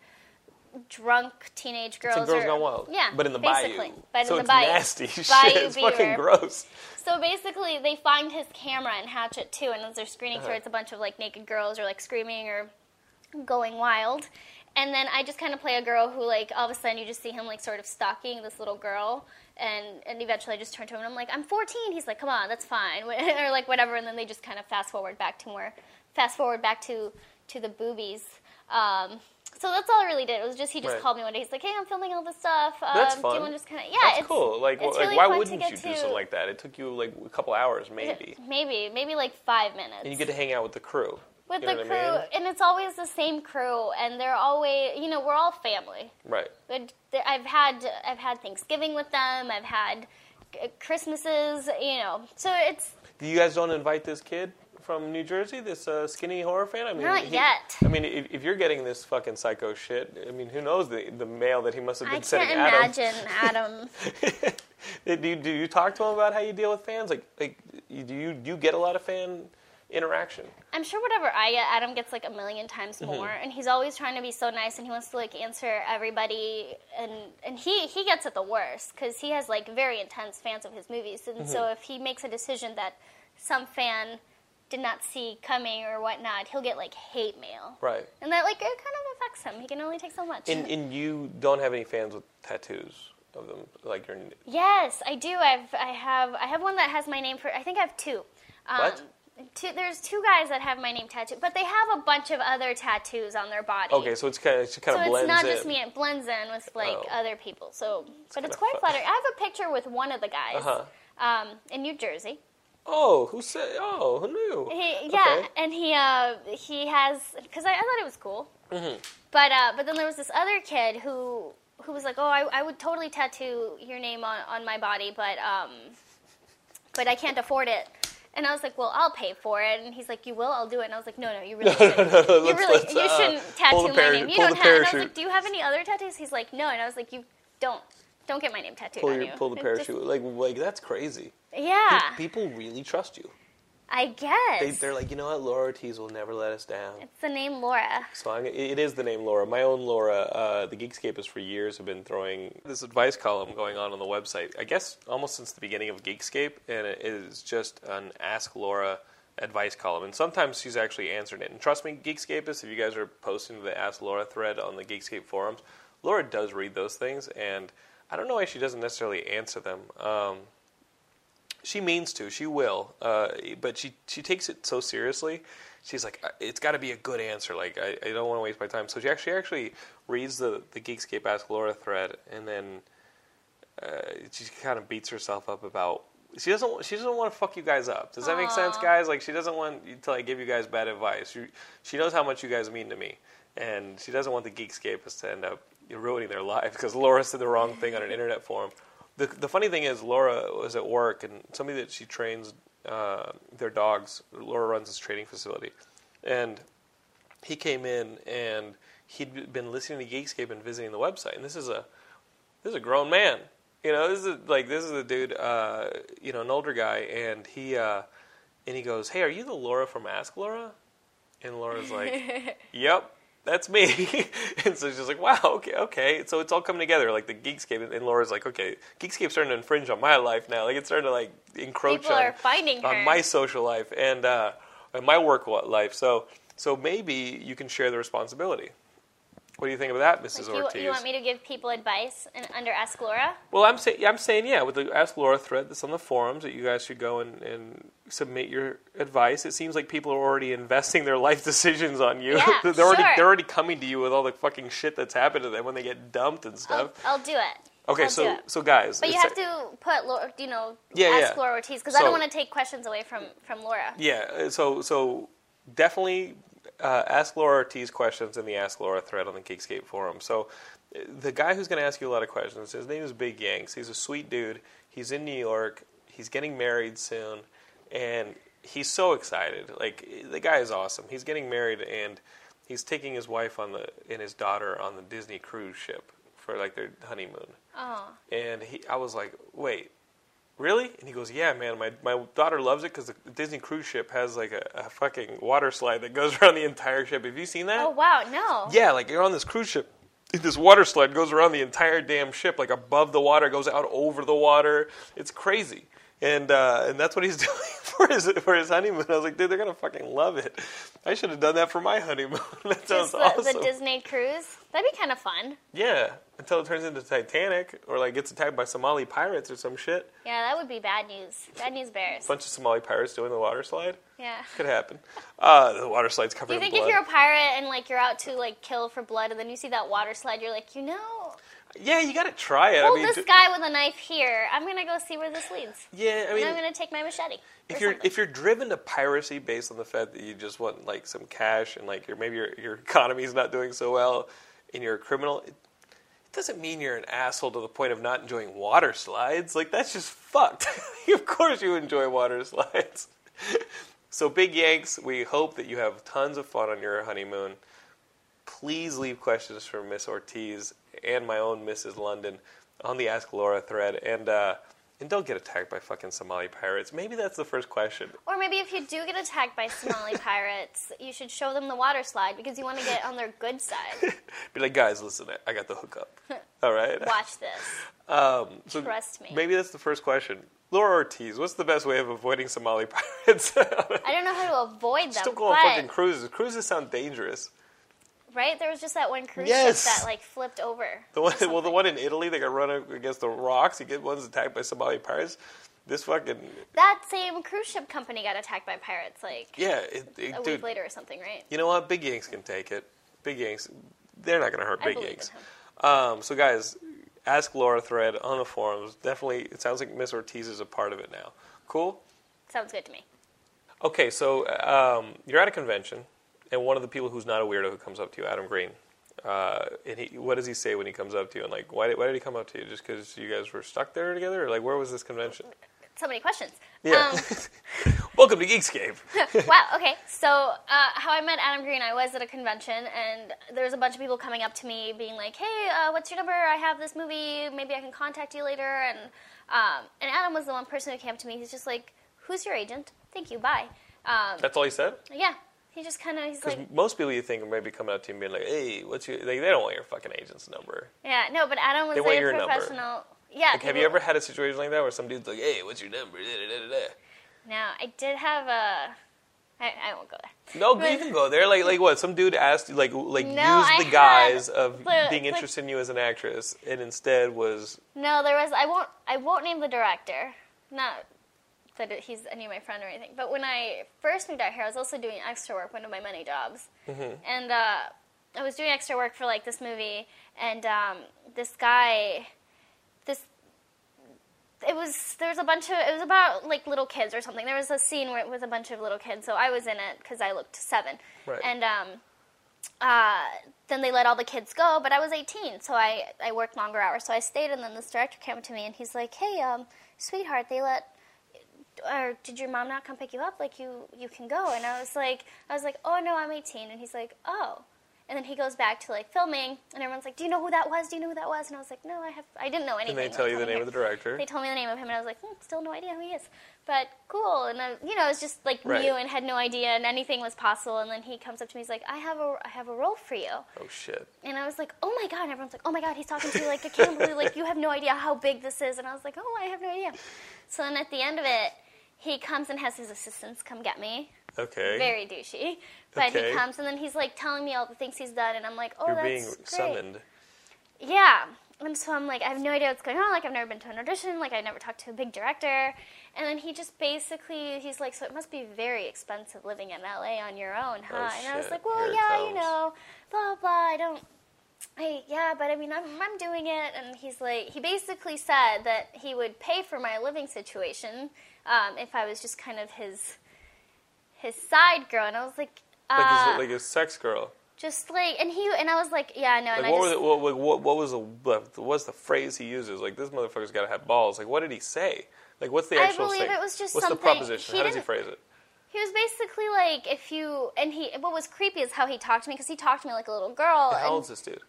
drunk teenage girls. Mm-hmm. it's like Girls or- Gone Wild. Yeah, but in the basically. bayou. But so in it's the bayou. nasty shit. Bayou It's fucking Beaver. gross. So basically, they find his camera in Hatchet 2, and as they're screening Uh-huh. through, it's a bunch of like naked girls or like screaming or going wild. And then I just kind of play a girl who, like, all of a sudden you just see him, like, sort of stalking this little girl. And, and eventually I just turn to him and I'm like, I'm 14. He's like, come on, that's fine. or, like, whatever. And then they just kind of fast forward back to more, fast forward back to, to the boobies. Um, so that's all I really did. It was just, he just Right. called me one day. He's like, hey, I'm filming all this stuff. Um, That's Do fun. you want to just kind of, yeah, That's it's cool. Like, it's wh- like really why fun to wouldn't get you do to- something like that? It took you like a couple hours, maybe, Maybe, maybe like five minutes. and you get to hang out with the crew. with you know the what crew, I mean? and it's always the same crew, and they're always, you know, we're all family. right? But th- I've had I've had Thanksgiving with them. I've had uh, Christmases, you know. So it's You guys don't invite this kid from New Jersey, this uh, skinny horror fan. I mean, Not he- yet. I mean, if, if you're getting this fucking psycho shit, I mean, who knows the the mail that he must have I been can't sending Adam. Uh, imagine Adam. do, you, do you talk to him about how you deal with fans? Like, like you- do you do you get a lot of fan interaction? I'm sure whatever I get, Adam gets like a million times Mm-hmm. more, and he's always trying to be so nice, and he wants to like answer everybody, and and he he gets it the worst because he has like very intense fans of his movies, and Mm-hmm. so if he makes a decision that some fan did not see coming or whatnot, he'll get like hate mail, Right. and that like it kind of affects him. He can only take so much. And and you don't have any fans with tattoos of them, like you're. Yes, I do. I've I have I have one that has my name for. I think I have two. Um, What? Two, there's two guys that have my name tattooed, but they have a bunch of other tattoos on their body. Okay, so it's kind of it kind so of blends it's not in. just me; it blends in with like Oh. other people. So, but kinda it's quite fu- Uh-huh. flattering. I have a picture with one of the guys um, in New Jersey. Oh, who said? Oh, who knew? He, yeah, Okay. and he uh, he has because I, I thought it was cool. Mm-hmm. But uh, but then there was this other kid who who was like, oh, I, I would totally tattoo your name on, on my body, but um, but I can't afford it. And I was like, well, I'll pay for it. And he's like, you will? I'll do it. And I was like, no, no, you really shouldn't. you let's- really let's, you uh, shouldn't pull tattoo the my parachute- name. You pull the don't have. And I was parachute. like, do you have any other tattoos? He's like, no. And I was like, you don't don't get my name tattooed Pull, on your, you. pull the It just- parachute. Like, like that's crazy. yeah, People really trust you. I guess They, they're like, you know what? Laura Ortiz will never let us down. it's the name Laura. So I'm, it it is the name Laura. My own Laura. Uh, the Geekscape is for years have been throwing this advice column going on on the website. I guess almost since the beginning of Geekscape, and it is just an Ask Laura advice column. And sometimes she's actually answered it. And trust me, Geekscapists, if you guys are posting the Ask Laura thread on the Geekscape forums, Laura does read those things, and I don't know why she doesn't necessarily answer them. Um, she means to she will uh, but she she takes it so seriously she's like "I- it's got to be a good answer like i, I don't want to waste my time so she actually actually reads the the geekscape ask laura thread and then uh, she kind of beats herself up about she doesn't she doesn't want to fuck you guys up does that make sense guys like she doesn't want you to like give you guys bad advice she, she knows how much you guys mean to me and she doesn't want the geekscapists to end up ruining their lives because laura said the wrong thing on an internet forum the, the funny thing is, Laura was at work, and somebody that she trains uh, their dogs. Laura runs this training facility, and he came in and he'd been listening to Geekscape and visiting the website. And this is a this is a grown man, you know. This is a, like this is a dude, uh, you know, an older guy, and he uh, and he goes, "Hey, are you the Laura from Ask Laura?" And Laura's like, "Yep." That's me, and so she's like, "Wow, okay, okay." So it's all coming together, like the Geekscape, and Laura's like, "Okay, Geekscape's starting to infringe on my life now. Like it's starting to like encroach People on, are finding on her. my social life and uh, and my work wa- life. So so maybe you can share the responsibility. What do you think of that, Mrs. Like, you, Ortiz? you want me to give people advice and under Ask Laura? well, I'm saying I'm saying yeah. With the Ask Laura thread that's on the forums, that you guys should go and, and submit your advice. It seems like people are already investing their life decisions on you. Yeah, they're already sure. they're already coming to you with all the fucking shit that's happened to them when they get dumped and I'll, stuff. I'll do it. okay, I'll do so it. so guys, Oh, but you it's- have to put Laura, you know, Yeah, Ask yeah. Laura Ortiz because I don't So- want to take questions away from from Laura. Yeah, uh, so so definitely uh, ask Laura Ortiz questions in the Ask Laura thread on the Geekscape forum. So uh, the guy who's going to ask you a lot of questions, his name is Big Yanks. He's a sweet dude. He's in New York. He's getting married soon, and he's so excited. Like the guy is awesome. He's getting married and he's taking his wife on the and his daughter on the Disney cruise ship for like their honeymoon. Oh, And he, I was like, wait, really? And he goes, yeah, man, my, my daughter loves it because the Disney cruise ship has like a, a fucking water slide that goes around the entire ship. Have you seen that? Oh wow, no. Yeah, like you're on this cruise ship. This water slide goes around the entire damn ship, like above the water, goes out over the water. It's crazy, and uh, and that's what he's doing for his for his honeymoon. I was like, dude, they're gonna fucking love it. I should have done that for my honeymoon. that sounds Just the, awesome. the Disney cruise. That'd be kind of fun. yeah, until it turns into Titanic or like gets attacked by Somali pirates or some shit. Yeah, that would be bad news. Bad news bears. bunch of Somali pirates doing the water slide. Yeah. Could happen. Uh, the water slide's covered Do you in think blood. if you're a pirate and like you're out to like kill for blood and then you see that water slide, you're like, you know, yeah, you gotta try it. I hold mean, this ju- guy with a knife here. I'm gonna go see where this leads. yeah, I mean, and I'm gonna take my machete. or if you're something. if you're driven to piracy based on the fact that you just want like some cash and like your maybe your your economy's not doing so well and you're a criminal, it, it doesn't mean you're an asshole to the point of not enjoying water slides. Like that's just fucked. of course you enjoy water slides. so big Yanks, we hope that you have tons of fun on your honeymoon. Please leave questions for Miss Ortiz and my own Mrs. London on the Ask Laura thread and. uh and don't get attacked by fucking Somali pirates. Maybe that's the first question. or maybe if you do get attacked by Somali pirates, you should show them the water slide because you want to get on their good side. Be like, guys, listen, I- I got the hookup. All right. Watch this. Um, so Trust me. Maybe that's the first question. Laura Ortiz, what's the best way of avoiding Somali pirates? I don't know how to avoid them. Still go on but- fucking cruises. Cruises sound dangerous. Right? There was just that one cruise Yes. ship that like flipped over. The one, well, the one in Italy, they got run up against the rocks. You get ones attacked by Somali pirates. This fucking That same cruise ship company got attacked by pirates like yeah, it, it- a dude. week later or something, right? You know what? Big Yanks can take it. Big Yanks, they're not going to hurt I Big believe Yanks. in Um, so, guys, ask Laura thread on the forums. Definitely, it sounds like Miss Ortiz is a part of it now. Cool. Sounds good to me. Okay, so um, you're at a convention, and one of the people who's not a weirdo who comes up to you, Adam Green, uh, and he, what does he say when he comes up to you? And like, why did, why did he come up to you? Just because you guys were stuck there together, or like, where was this convention? So many questions. Yeah. Welcome to Geekscape. Um, wow. Okay. So uh, how I met Adam Green, I was at a convention, and there was a bunch of people coming up to me, being like, "Hey, uh, what's your number? I have this movie. Maybe I can contact you later." And um, and Adam was the one person who came up to me. He's just like, "Who's your agent? Thank you. Bye." Um, That's all he said. yeah. He just kind of he's Because like, most people you think are maybe coming up to you and being like, "Hey, what's your?" Like, they don't want your fucking agent's number. Yeah, no, but Adam was They a want your number. professional. Yeah. Like, have people- you ever had a situation like that where some dude's like, "Hey, what's your number?" Da, da, da, da, da. No, I did have a. I, I won't go there. No, you can go there. Like, like what? Some dude asked, you, like, like No, used I the guise had- of but, being like- interested in you as an actress, and instead was No, there was. I won't. I won't name the director. Not that it, he's any of my friend or anything. But when I first moved out here, I was also doing extra work, one of my money jobs, and uh, I was doing extra work for like this movie, and um, this guy, this. It was there was a bunch of it was about like little kids or something. There was a scene where, with a bunch of little kids, so I was in it because I looked seven, Right. and um, uh, then they let all the kids go, but I was 18, so I, I worked longer hours. So I stayed, and then this director came up to me and he's like, Hey, um, sweetheart, they let, or did your mom not come pick you up? Like, you, you can go. And I was like, I was like, Oh, no, I'm 18. And he's like, Oh. And then he goes back to like filming, and everyone's like, "Do you know who that was? Do you know who that was?" And I was like, "No, I have, I didn't know anything." they tell you the coming name of the director? They told me the name of him, and I was like, hmm, "Still no idea who he is." But cool, and I, you know, it was just like Right. new and had no idea, and anything was possible. And then he comes up to me, he's like, "I have a, I have a role for you." oh shit. And I was like, oh my God. And everyone's like, oh my God, he's talking to you like a can't believe, like, you have no idea how big this is. And I was like, oh, I have no idea. So then at the end of it, he comes and has his assistants come get me. Okay. Very douchey. But Okay. he comes and then he's like telling me all the things he's done. And I'm like, oh, You're that's being great. summoned. Yeah. And so I'm like, I have no idea what's going on. Like, I've never been to an audition. Like, I never talked to a big director. And then he just basically, he's like, so it must be very expensive living in LA on your own, huh? and I was Oh, shit. like, well, Here it yeah, comes. you know, blah, blah. I don't, I, yeah, but I mean, I'm, I'm doing it. And he's like, he basically said that he would pay for my living situation um, if I was just kind of his, his side girl. And I was like, uh, Like, his, like a sex girl. just like, and he, and I was like, yeah, no. and Like I what, just, was it, what, what, what, what was the what was the phrase he uses? Like this motherfucker's got to have balls. Like what did he say? Like what's the I actual believe thing? it was just what's the something- proposition? he How does he didn't- phrase it? He was basically like, if you and he, what was creepy is how he talked to me because he talked to me like a little girl. How and old's this dude?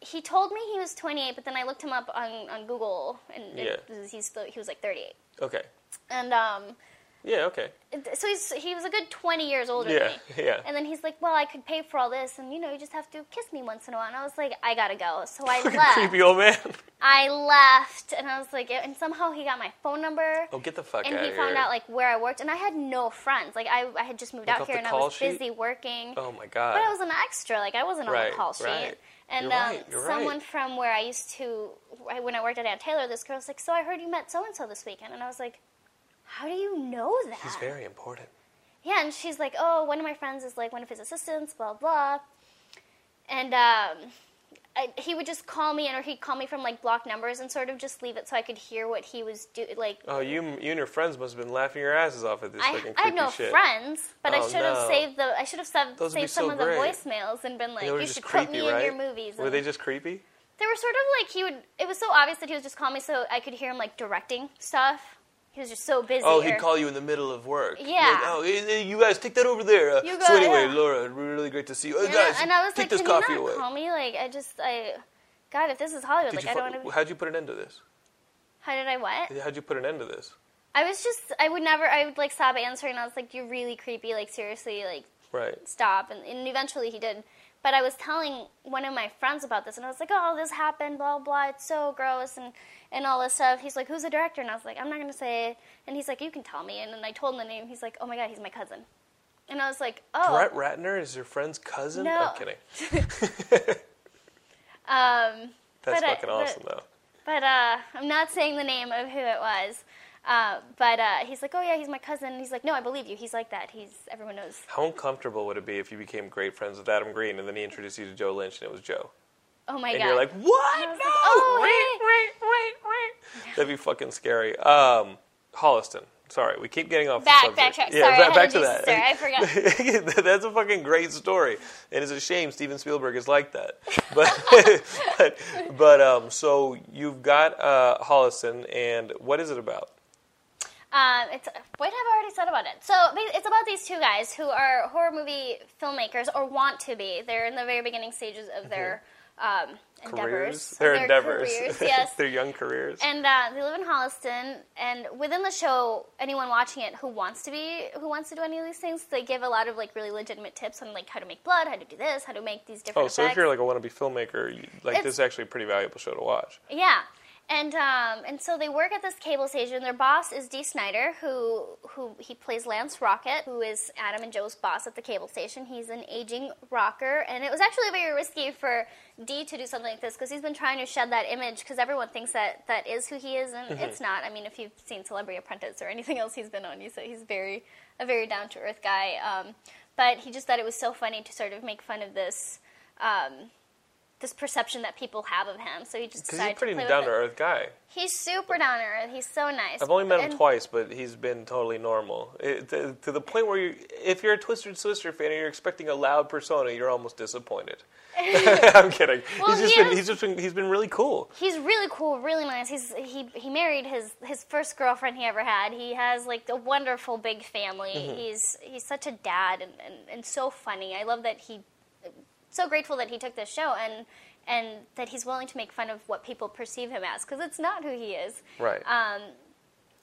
he told me he was 28, but then I looked him up on, on Google, and it- he's still, he was like 38. Okay. And um, Yeah. Okay. it- so he's, he was a good 20 years older Yeah. than me. Yeah. And then he's like, "Well, I could pay for all this, and you know, you just have to kiss me once in a while." And I was like, "I gotta go," so I Fucking left. creepy old man. I left, and I was like, and somehow he got my phone number. Oh, get the fuck and out he of found here. out like where I worked, and I had no friends. Like I, I had just moved Look out up here, the and I call was sheet? busy working. oh my god. But I was an extra. Like I wasn't on Right, the call sheet. right. And You're um, right, you're someone right. from where I used to, I- when I worked at Ann Taylor, this girl was like, "So I heard you met so and so this weekend," and I was like, "How do you know that?" He's very important. Yeah, and she's like, "Oh, one of my friends is like one of his assistants, blah blah," and um, I, he would just call me, and or he'd call me from like block numbers and sort of just leave it so I could hear what he was doing. Like, Oh, you, you and your friends must have been laughing your asses off at this I, fucking creepy I had no shit. friends, but I Oh, should have no. saved the. I should have saved, Those would be saved some so of the great. voicemails and been like, They were "You just should creepy, put me right? in your movies." Were and- they just creepy? they were sort of like he would. It was so obvious that he was just calling me so I could hear him like directing stuff. He was just so busy. Oh, or- he'd call you in the middle of work. Yeah. Like, oh, eh, eh, you guys take that over there. Uh, You so go- anyway, yeah. Laura, really great to see you. Oh, and, I, guys, and I was take like, this "Can coffee you not away. call me?" Like, I just, I, God, if this is Hollywood, Did like, I you don't fu- want to. How'd you put an end to this? How did I what? How'd you put an end to this? I was just, I would never, I would like stop answering. I was like, you're really creepy. Like, seriously, like, Right. stop. And, and eventually he did. But I was telling one of my friends about this, and I was like, oh, this happened, blah, blah, it's so gross, and, and all this stuff. He's like, who's the director? And I was like, I'm not going to say it. And he's like, you can tell me. And then I told him the name. He's like, oh my God, he's my cousin. And I was like, oh. Brett Ratner is your friend's cousin? No. I'm kidding. Um, That's But I- fucking but- awesome, though. But uh, I'm not saying the name of who it was. Uh, but uh, he's like, oh yeah, he's my cousin. And he's like, no, I believe you. He's like that. He's everyone knows. How uncomfortable would it be if you became great friends with Adam Green and then he introduced you to Joe Lynch and it was Joe? Oh my And god. you're like, what? I was No! like, "Oh, hey." wait, wait, wait, wait. That'd be fucking scary. Um, Holliston. Sorry, we keep getting off back, the subject. backtrack. Yeah, Sorry, back, I back had to a new that. sister. I forgot. That's a fucking great story, and it's a shame Steven Spielberg is like that. But but, but um, so you've got uh, Hollison, and what is it about? Um, it's what have I already said about it? So ba- it's about these two guys who are horror movie filmmakers or want to be. They're in the very beginning stages of their um, endeavors. Mm-hmm. Careers, their Their endeavors, careers, yes. their young careers. and uh, they live in Holliston. And within the show, anyone watching it who wants to be who wants to do any of these things, they give a lot of like really legitimate tips on like how to make blood, how to do this, how to make these different. oh, so if effects. you're like a wannabe filmmaker, you, like It's- this is actually a pretty valuable show to watch. Yeah. And um, and so they work at this cable station. Their boss is Dee Snyder, who who he plays Lance Rocket, who is Adam and Joe's boss at the cable station. He's an aging rocker, and it was actually very risky for Dee to do something like this because he's been trying to shed that image because everyone thinks that that is who he is, and it's not. I mean, if you've seen Celebrity Apprentice or anything else he's been on, you so he's very a very down to earth guy. Um, but he just thought it was so funny to sort of make fun of this. Um, this perception that people have of him, so he just Because he's a decided pretty to play down to with it. earth guy. He's super down to earth. He's so nice. I've only met him And- twice, but he's been totally normal. It, to, to the point where, you, if you're a Twisted Sister fan and you're expecting a loud persona, you're almost disappointed. I'm kidding. Well, he's just he been is- he's just been he's been really cool. He's really cool, really nice. He's he he married his his first girlfriend he ever had. He has like a wonderful big family. Mm-hmm. He's he's such a dad and, and, and so funny. I love that he so grateful that he took this show and and that he's willing to make fun of what people perceive him as because it's not who he is. Right. Um,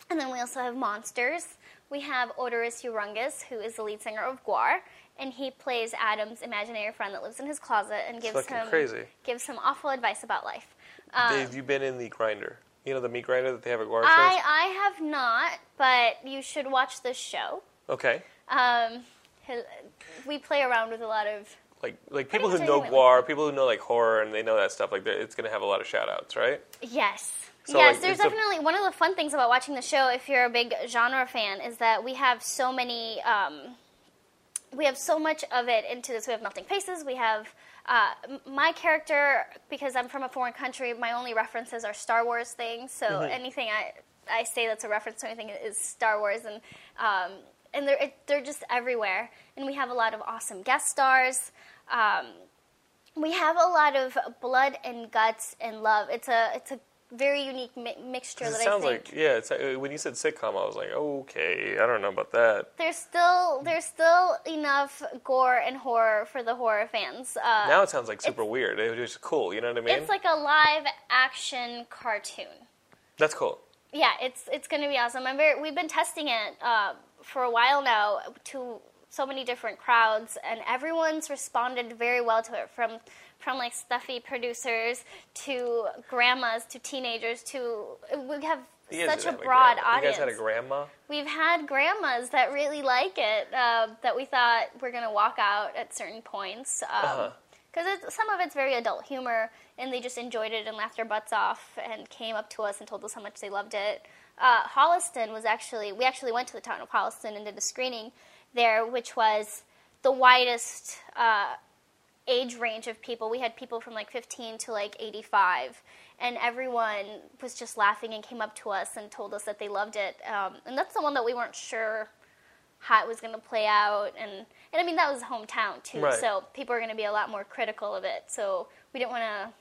and then we also have monsters. We have Odorous Urungus, who is the lead singer of Guar, and he plays Adam's imaginary friend that lives in his closet and gives fucking him crazy. gives him awful advice about life. Um, Dave, you been in the grinder? You know the meat grinder that they have at Guar I shows? I have not, but you should watch this show. Okay. Um, he- we play around with a lot of Like like people who much know anyone would. Guar, people who know like horror and they know that stuff. Like they're- it's gonna have a lot of shout outs, right? Yes. So, yes, like, there's it's a- definitely one of the fun things about watching the show. If you're a big genre fan, is that we have so many, um, we have so much of it into this. We have melting faces. We have uh, m- my character because I'm from a foreign country. My only references are Star Wars things. So Mm-hmm. anything I I say that's a reference to anything is Star Wars, and um, and they're it, they're just everywhere. And we have a lot of awesome guest stars. Um, we have a lot of blood and guts and love. It's a it's a very unique mi- mixture It that I sounds think like yeah. It's, uh, when you said sitcom, I was like, okay, I don't know about that. there's still there's still enough gore and horror for the horror fans. Uh, Now it sounds like super weird. It was cool. You know what I mean? it's like a live action cartoon. That's cool. Yeah, it's it's going to be awesome. I'm very, we've been testing it uh, for a while now to so many different crowds, and everyone's responded very well to it. From from like stuffy producers to grandmas to teenagers to we have You guys such a had broad grandma. audience. uh, You guys had a grandma. We've had grandmas that really like it uh, that we thought were going to walk out at certain points. Because it's some of it's very adult humor, and they just enjoyed it and laughed their butts off and came up to us and told us how much they loved it. Uh, Holliston was actually, we actually went to the town of Holliston and did a screening there, which was the widest uh, age range of people. We had people from like 15 to like 85, and everyone was just laughing and came up to us and told us that they loved it. Um, and that's the one that we weren't sure how it was going to play out. And, and I mean, that was hometown too, Right. so people are going to be a lot more critical of it. So we didn't want to.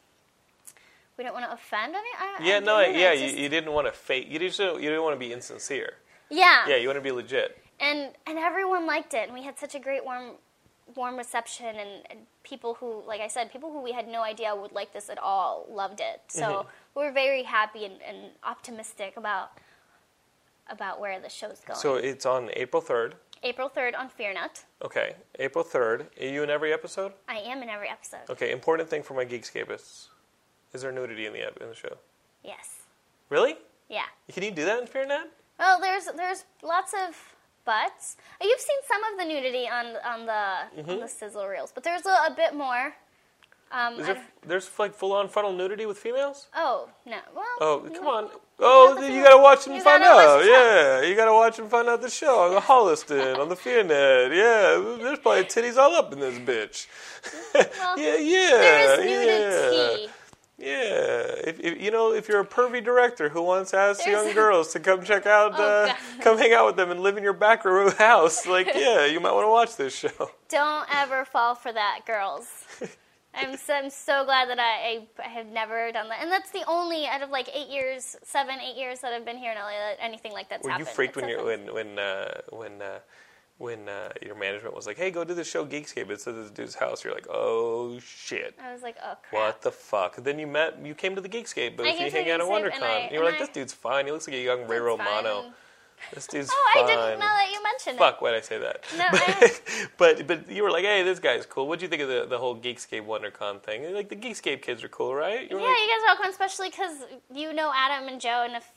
We don't want to offend any. I, I Yeah, no, don't know, yeah. it's You, just- you didn't want to fake. You just didn't, you didn't want to be insincere. yeah, Yeah, you want to be legit. and and everyone liked it, and we had such a great warm warm reception, and, and people who, like I said, people who we had no idea would like this at all loved it. So Mm-hmm. we were very happy and, and optimistic about about where the show's going. So it's on April third. April third on FearNet. Okay, April third. Are you in every episode? I am in every episode. Okay. Important thing for my geekscapists: is there nudity in the ep- in the show? Yes. Really? Yeah. Can you do that in FearNet? Well, there's there's lots of butts. You've seen some of the nudity on on the Mm-hmm. on the sizzle reels, but there's a, a bit more. Um, Is I there don't- there's like full on frontal nudity with females? oh no. Well. Oh, come no. on. Oh, the then female- you gotta watch and you find gotta out. watch the Yeah, you gotta watch and find out the show on the Holliston, on the FearNet. Yeah, there's probably titties all up in this bitch. yeah, yeah. There is yeah. nudity. Yeah, if, if you know, if you're a pervy director who wants to ask There's- young girls to come check out, Oh, uh, God. come hang out with them and live in your back room house, like yeah, you might want to watch this show. Don't ever fall for that, girls. I'm so, I'm so glad that I, I, I have never done that. And that's the only out of like eight years, seven, eight years that I've been here in LA that anything like that's Were you happened. freaked when Except you when for- when uh, when uh, when uh, your management was like, "Hey, go do the show Geekscape." It's at this dude's house. You're like, "Oh shit, I was like, oh crap. what the fuck?" Then you met, you came to the Geekscape booth. came You to hang the out at Geekscape and I- WonderCon. You were and like, I- "This dude's fine. He looks like a young Ray That's fine. Romano. This dude's Oh, fine." I didn't know that you mentioned Fuck, why'd I say that? No, but, but but you were like, hey, this guy's cool. What'd you think of the, the whole Geekscape WonderCon thing? And, Like the Geekscape kids are cool, right? You were it. Yeah, like, you guys are all come, especially because you know Adam and Joe, and if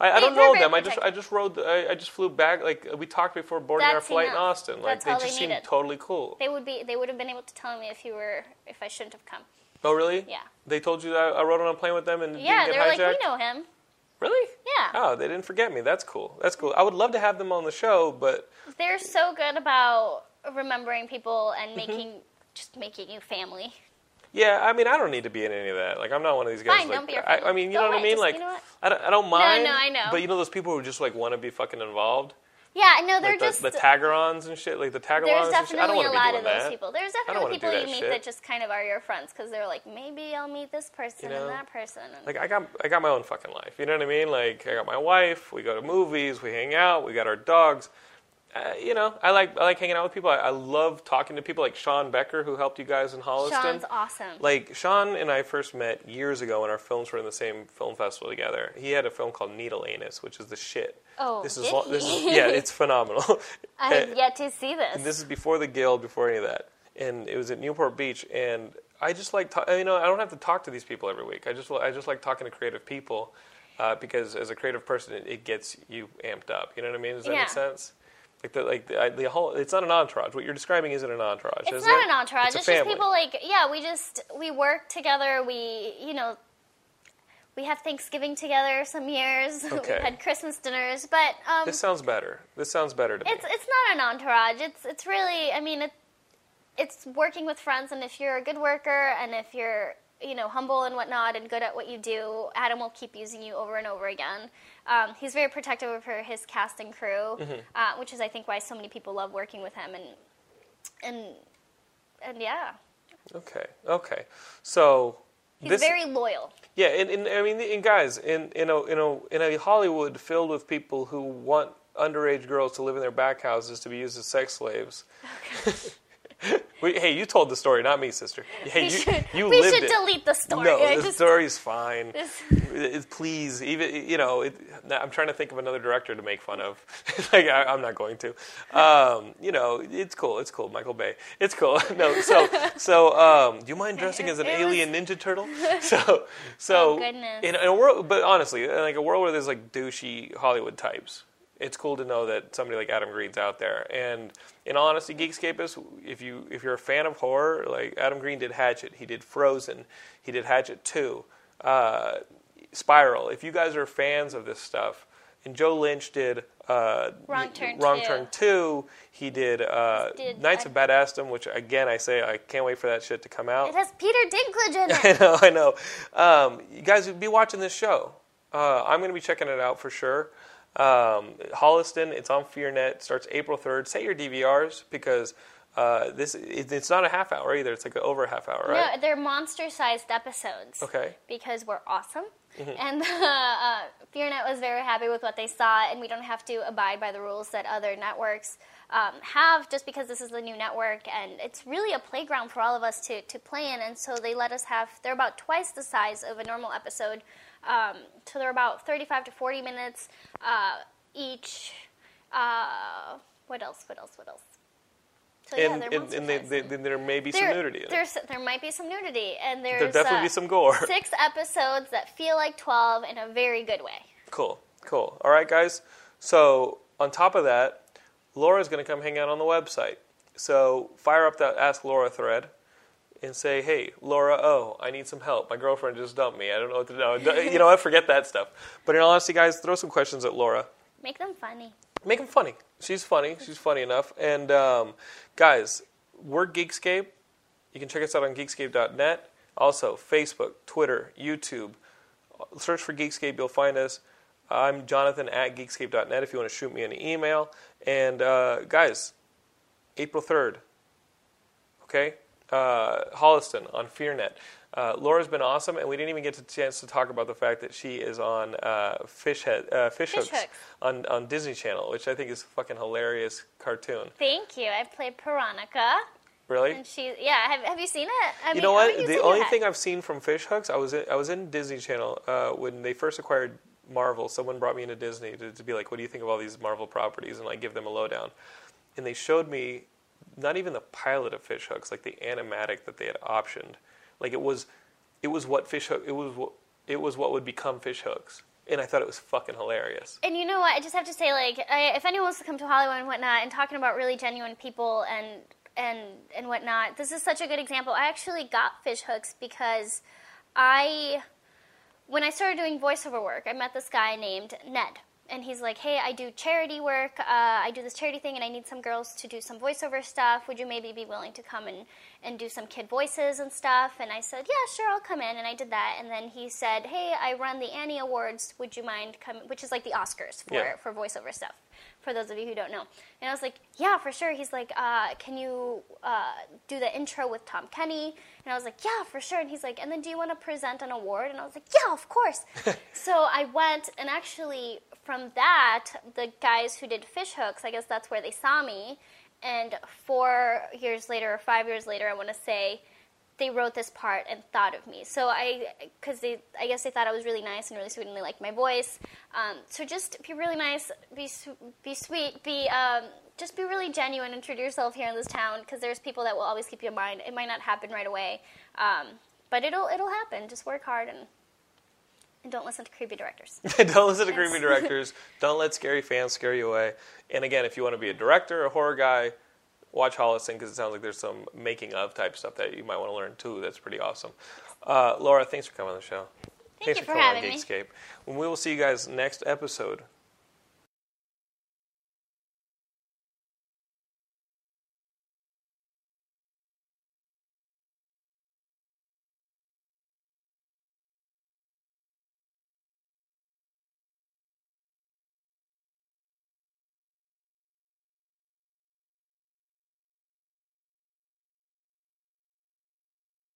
I, I they- don't they're know very them. I just I protective. just rode. the- I, I just flew back. Like we talked before boarding our That's flight in enough. Austin. Like That's they all they just seemed needed. totally cool. they would be, they would have been able to tell me if you were, if I shouldn't have come. oh really? Yeah. They told you that I rode on a plane with them and Yeah, didn't they get were hijacked. like, we know him. Really? Yeah. Oh, they didn't forget me. That's cool. That's cool. I would love to have them on the show, but They're so good about remembering people and making just making you family. Yeah, I mean, I don't need to be in any of that. Like, I'm not one of these guys. Fine, like, don't be a I, I friend. mean, you Go know what I away, mean? just- like, you know what? I don't, I don't mind. no, I know. But you know those people who just like want to be fucking involved, Yeah, no, they're like the, just the tagarons and shit, like the there's tagalongs. and shit. I don't definitely want a to be lot doing of those that. people. I There's don't definitely wanna do people you that meet shit. that just kind of are your friends because they're like, maybe I'll meet this person know? and that person. And Like I got, I got my own fucking life. You know what I mean? Like I got my wife. We go to movies. We hang out. We got our dogs. Uh, you know, I like, I like hanging out with people. I, I love talking to people like Sean Becker, who helped you guys in Holliston. Sean's awesome. Like Sean and I first met years ago when our films were in the same film festival together. He had a film called Needle Anus, which is the shit. Oh, this is, did lo- this is he? yeah, it's phenomenal. I have yet to see this. eh, This is before the guild, before any of that, and it was at Newport Beach. And I just like, ta- you know, I don't have to talk to these people every week. I just, I just like talking to creative people uh, because as a creative person, it, it gets you amped up. You know what I mean? Does that Yeah. make sense? Like the like the, I- the whole, it's not an entourage. What you're describing isn't an entourage. it's is not it? an entourage. It's, a just family. people like yeah, we just we work together. We you know we have Thanksgiving together some years. Okay. We've had Christmas dinners, but um, This sounds better. This sounds better to me. It's it's not an entourage. It's it's really I mean it, it's working with friends and if you're a good worker and if you're you know humble and whatnot and good at what you do, Adam will keep using you over and over again. Um, he's very protective of her, his cast and crew, Mm-hmm. uh, which is I think why so many people love working with him and and and yeah. Okay. Okay. So He's This- very loyal. Yeah, and, and I mean, and guys, in in a in a in a Hollywood filled with people who want underage girls to live in their back houses to be used as sex slaves. we, hey, you told the story, not me, sister. Hey, We you should, you we lived should it. delete the story. No, I the just- story's fine. this- It- Please, even you know, it, no, I'm trying to think of another director to make fun of. like I, I'm not going to. Um, you know, it's cool. It's cool. Michael Bay. It's cool. no, so so um, do you mind dressing as an It was- alien ninja turtle? So so Oh, goodness. in, in a world, but honestly, in like a world where there's like douchey Hollywood types. It's cool to know that somebody like Adam Green's out there. And in all honesty, Geekscape is if you if you're a fan of horror, like Adam Green did Hatchet, he did Frozen, he did Hatchet Two. Uh, Spiral. If you guys are fans of this stuff, and Joe Lynch did uh, Wrong Turn Wrong 2. Turn Two. He did, uh, Did- Knights I- of Badassdom, which again I say I can't wait for that shit to come out. it has Peter Dinklage in I it. know, I know. Um, you guys would be watching this show. Uh, I'm going to be checking it out for sure. Um, Holliston, it's on FearNet. Starts April 3rd. Set your DVRs because uh, this it, it's not a half hour either. It's like over a half hour, right? No, they're monster-sized episodes. Okay. Mm-hmm. Because we're awesome, and uh, uh, FearNet was very happy with what they saw, and we don't have to abide by the rules that other networks um, have, just because this is the new network, and it's really a playground for all of us to to play in. And so they let us have. They're about twice the size of a normal episode, um, so they're about 35 to 40 minutes uh, each. Uh, what else? What else? What else? So and yeah, they're and, and they, monster-sized. they, then there may be There- some nudity. In it. There's there might be some nudity, and there's There'll definitely uh, be some gore. Six episodes that feel like twelve in a very good way. Cool, cool. All right, guys. So on top of that, Laura's going to come hang out on the website. So fire up that Ask Laura thread and say, "Hey, Laura, oh, I need some help. My girlfriend just dumped me. I don't know what to do." you know, I forget that stuff. But in all honesty, guys, throw some questions at Laura. Make them funny. Make them funny. She's funny. She's funny enough. And um, guys, we're Geekscape. You can check us out on geekscape.net. Also, Facebook, Twitter, YouTube. Search for Geekscape, you'll find us. I'm Jonathan at geekscape.net if you want to shoot me an email. And uh, guys, April 3rd, okay? Uh, Holliston on FearNet. Uh, Laura's been awesome, and we didn't even get a chance to talk about the fact that she is on uh, Fish, Head, uh, Fish, Hooks, Hooks. On, on Disney Channel, which I think is a fucking hilarious cartoon. Thank you. I played Veronica, Really? and she yeah. Have, have you seen it? I you mean, know I what? think you've The seen only that. thing I've seen from Fish Hooks, I was in, I was in Disney Channel uh, when they first acquired Marvel. Someone brought me into Disney to, to be like, "What do you think of all these Marvel properties?" and like give them a lowdown. And they showed me not even the pilot of Fish Hooks, like the animatic that they had optioned. Like it was, it was what Fish Hook, it was what, it was what would become Fish Hooks, and I thought it was fucking hilarious. And you know what? I just have to say, like, I, if anyone wants to come to Hollywood and whatnot, and talking about really genuine people and and and whatnot, this is such a good example. I actually got fish hooks because I, when I started doing voiceover work, I met this guy named Ned, and he's like, "Hey, I do charity work. Uh, I do this charity thing, and I need some girls to do some voiceover stuff. Would you maybe be willing to come and and do some kid voices and stuff?" And I said, "Yeah, sure, I'll come in." And I did that, and then he said, "Hey, I run the Annie Awards. Would you mind coming?" Which is like the Oscars for Yeah. for voiceover stuff. For those of you who don't know, and I was like, "Yeah, for sure." He's like, uh, "Can you uh, do the intro with Tom Kenny?" And I was like, "Yeah, for sure." And he's like, "And then do you want to present an award?" And I was like, "Yeah, of course." so I went, and actually, from that, the guys who did fish hooks, I guess that's where they saw me. And four years later, or five years later, I want to say, they wrote this part and thought of me. So I, because they, I guess they thought I was really nice and really sweet, and they liked my voice. Um, so just be really nice, be su- be sweet, be um, just be really genuine and true to yourself here in this town. Because there's people that will always keep you in mind. It might not happen right away, um, but it'll it'll happen. Just work hard and and don't listen to creepy directors. don't listen to Yes. creepy directors. Don't let scary fans scare you away. And again, if you want to be a director, a horror guy, watch Holliston because it sounds like there's some making of type stuff that you might want to learn too. That's pretty awesome. Uh, Laura, thanks for coming on the show. Thank thanks you for for coming on having me. Geekscape. And we will see you guys next episode.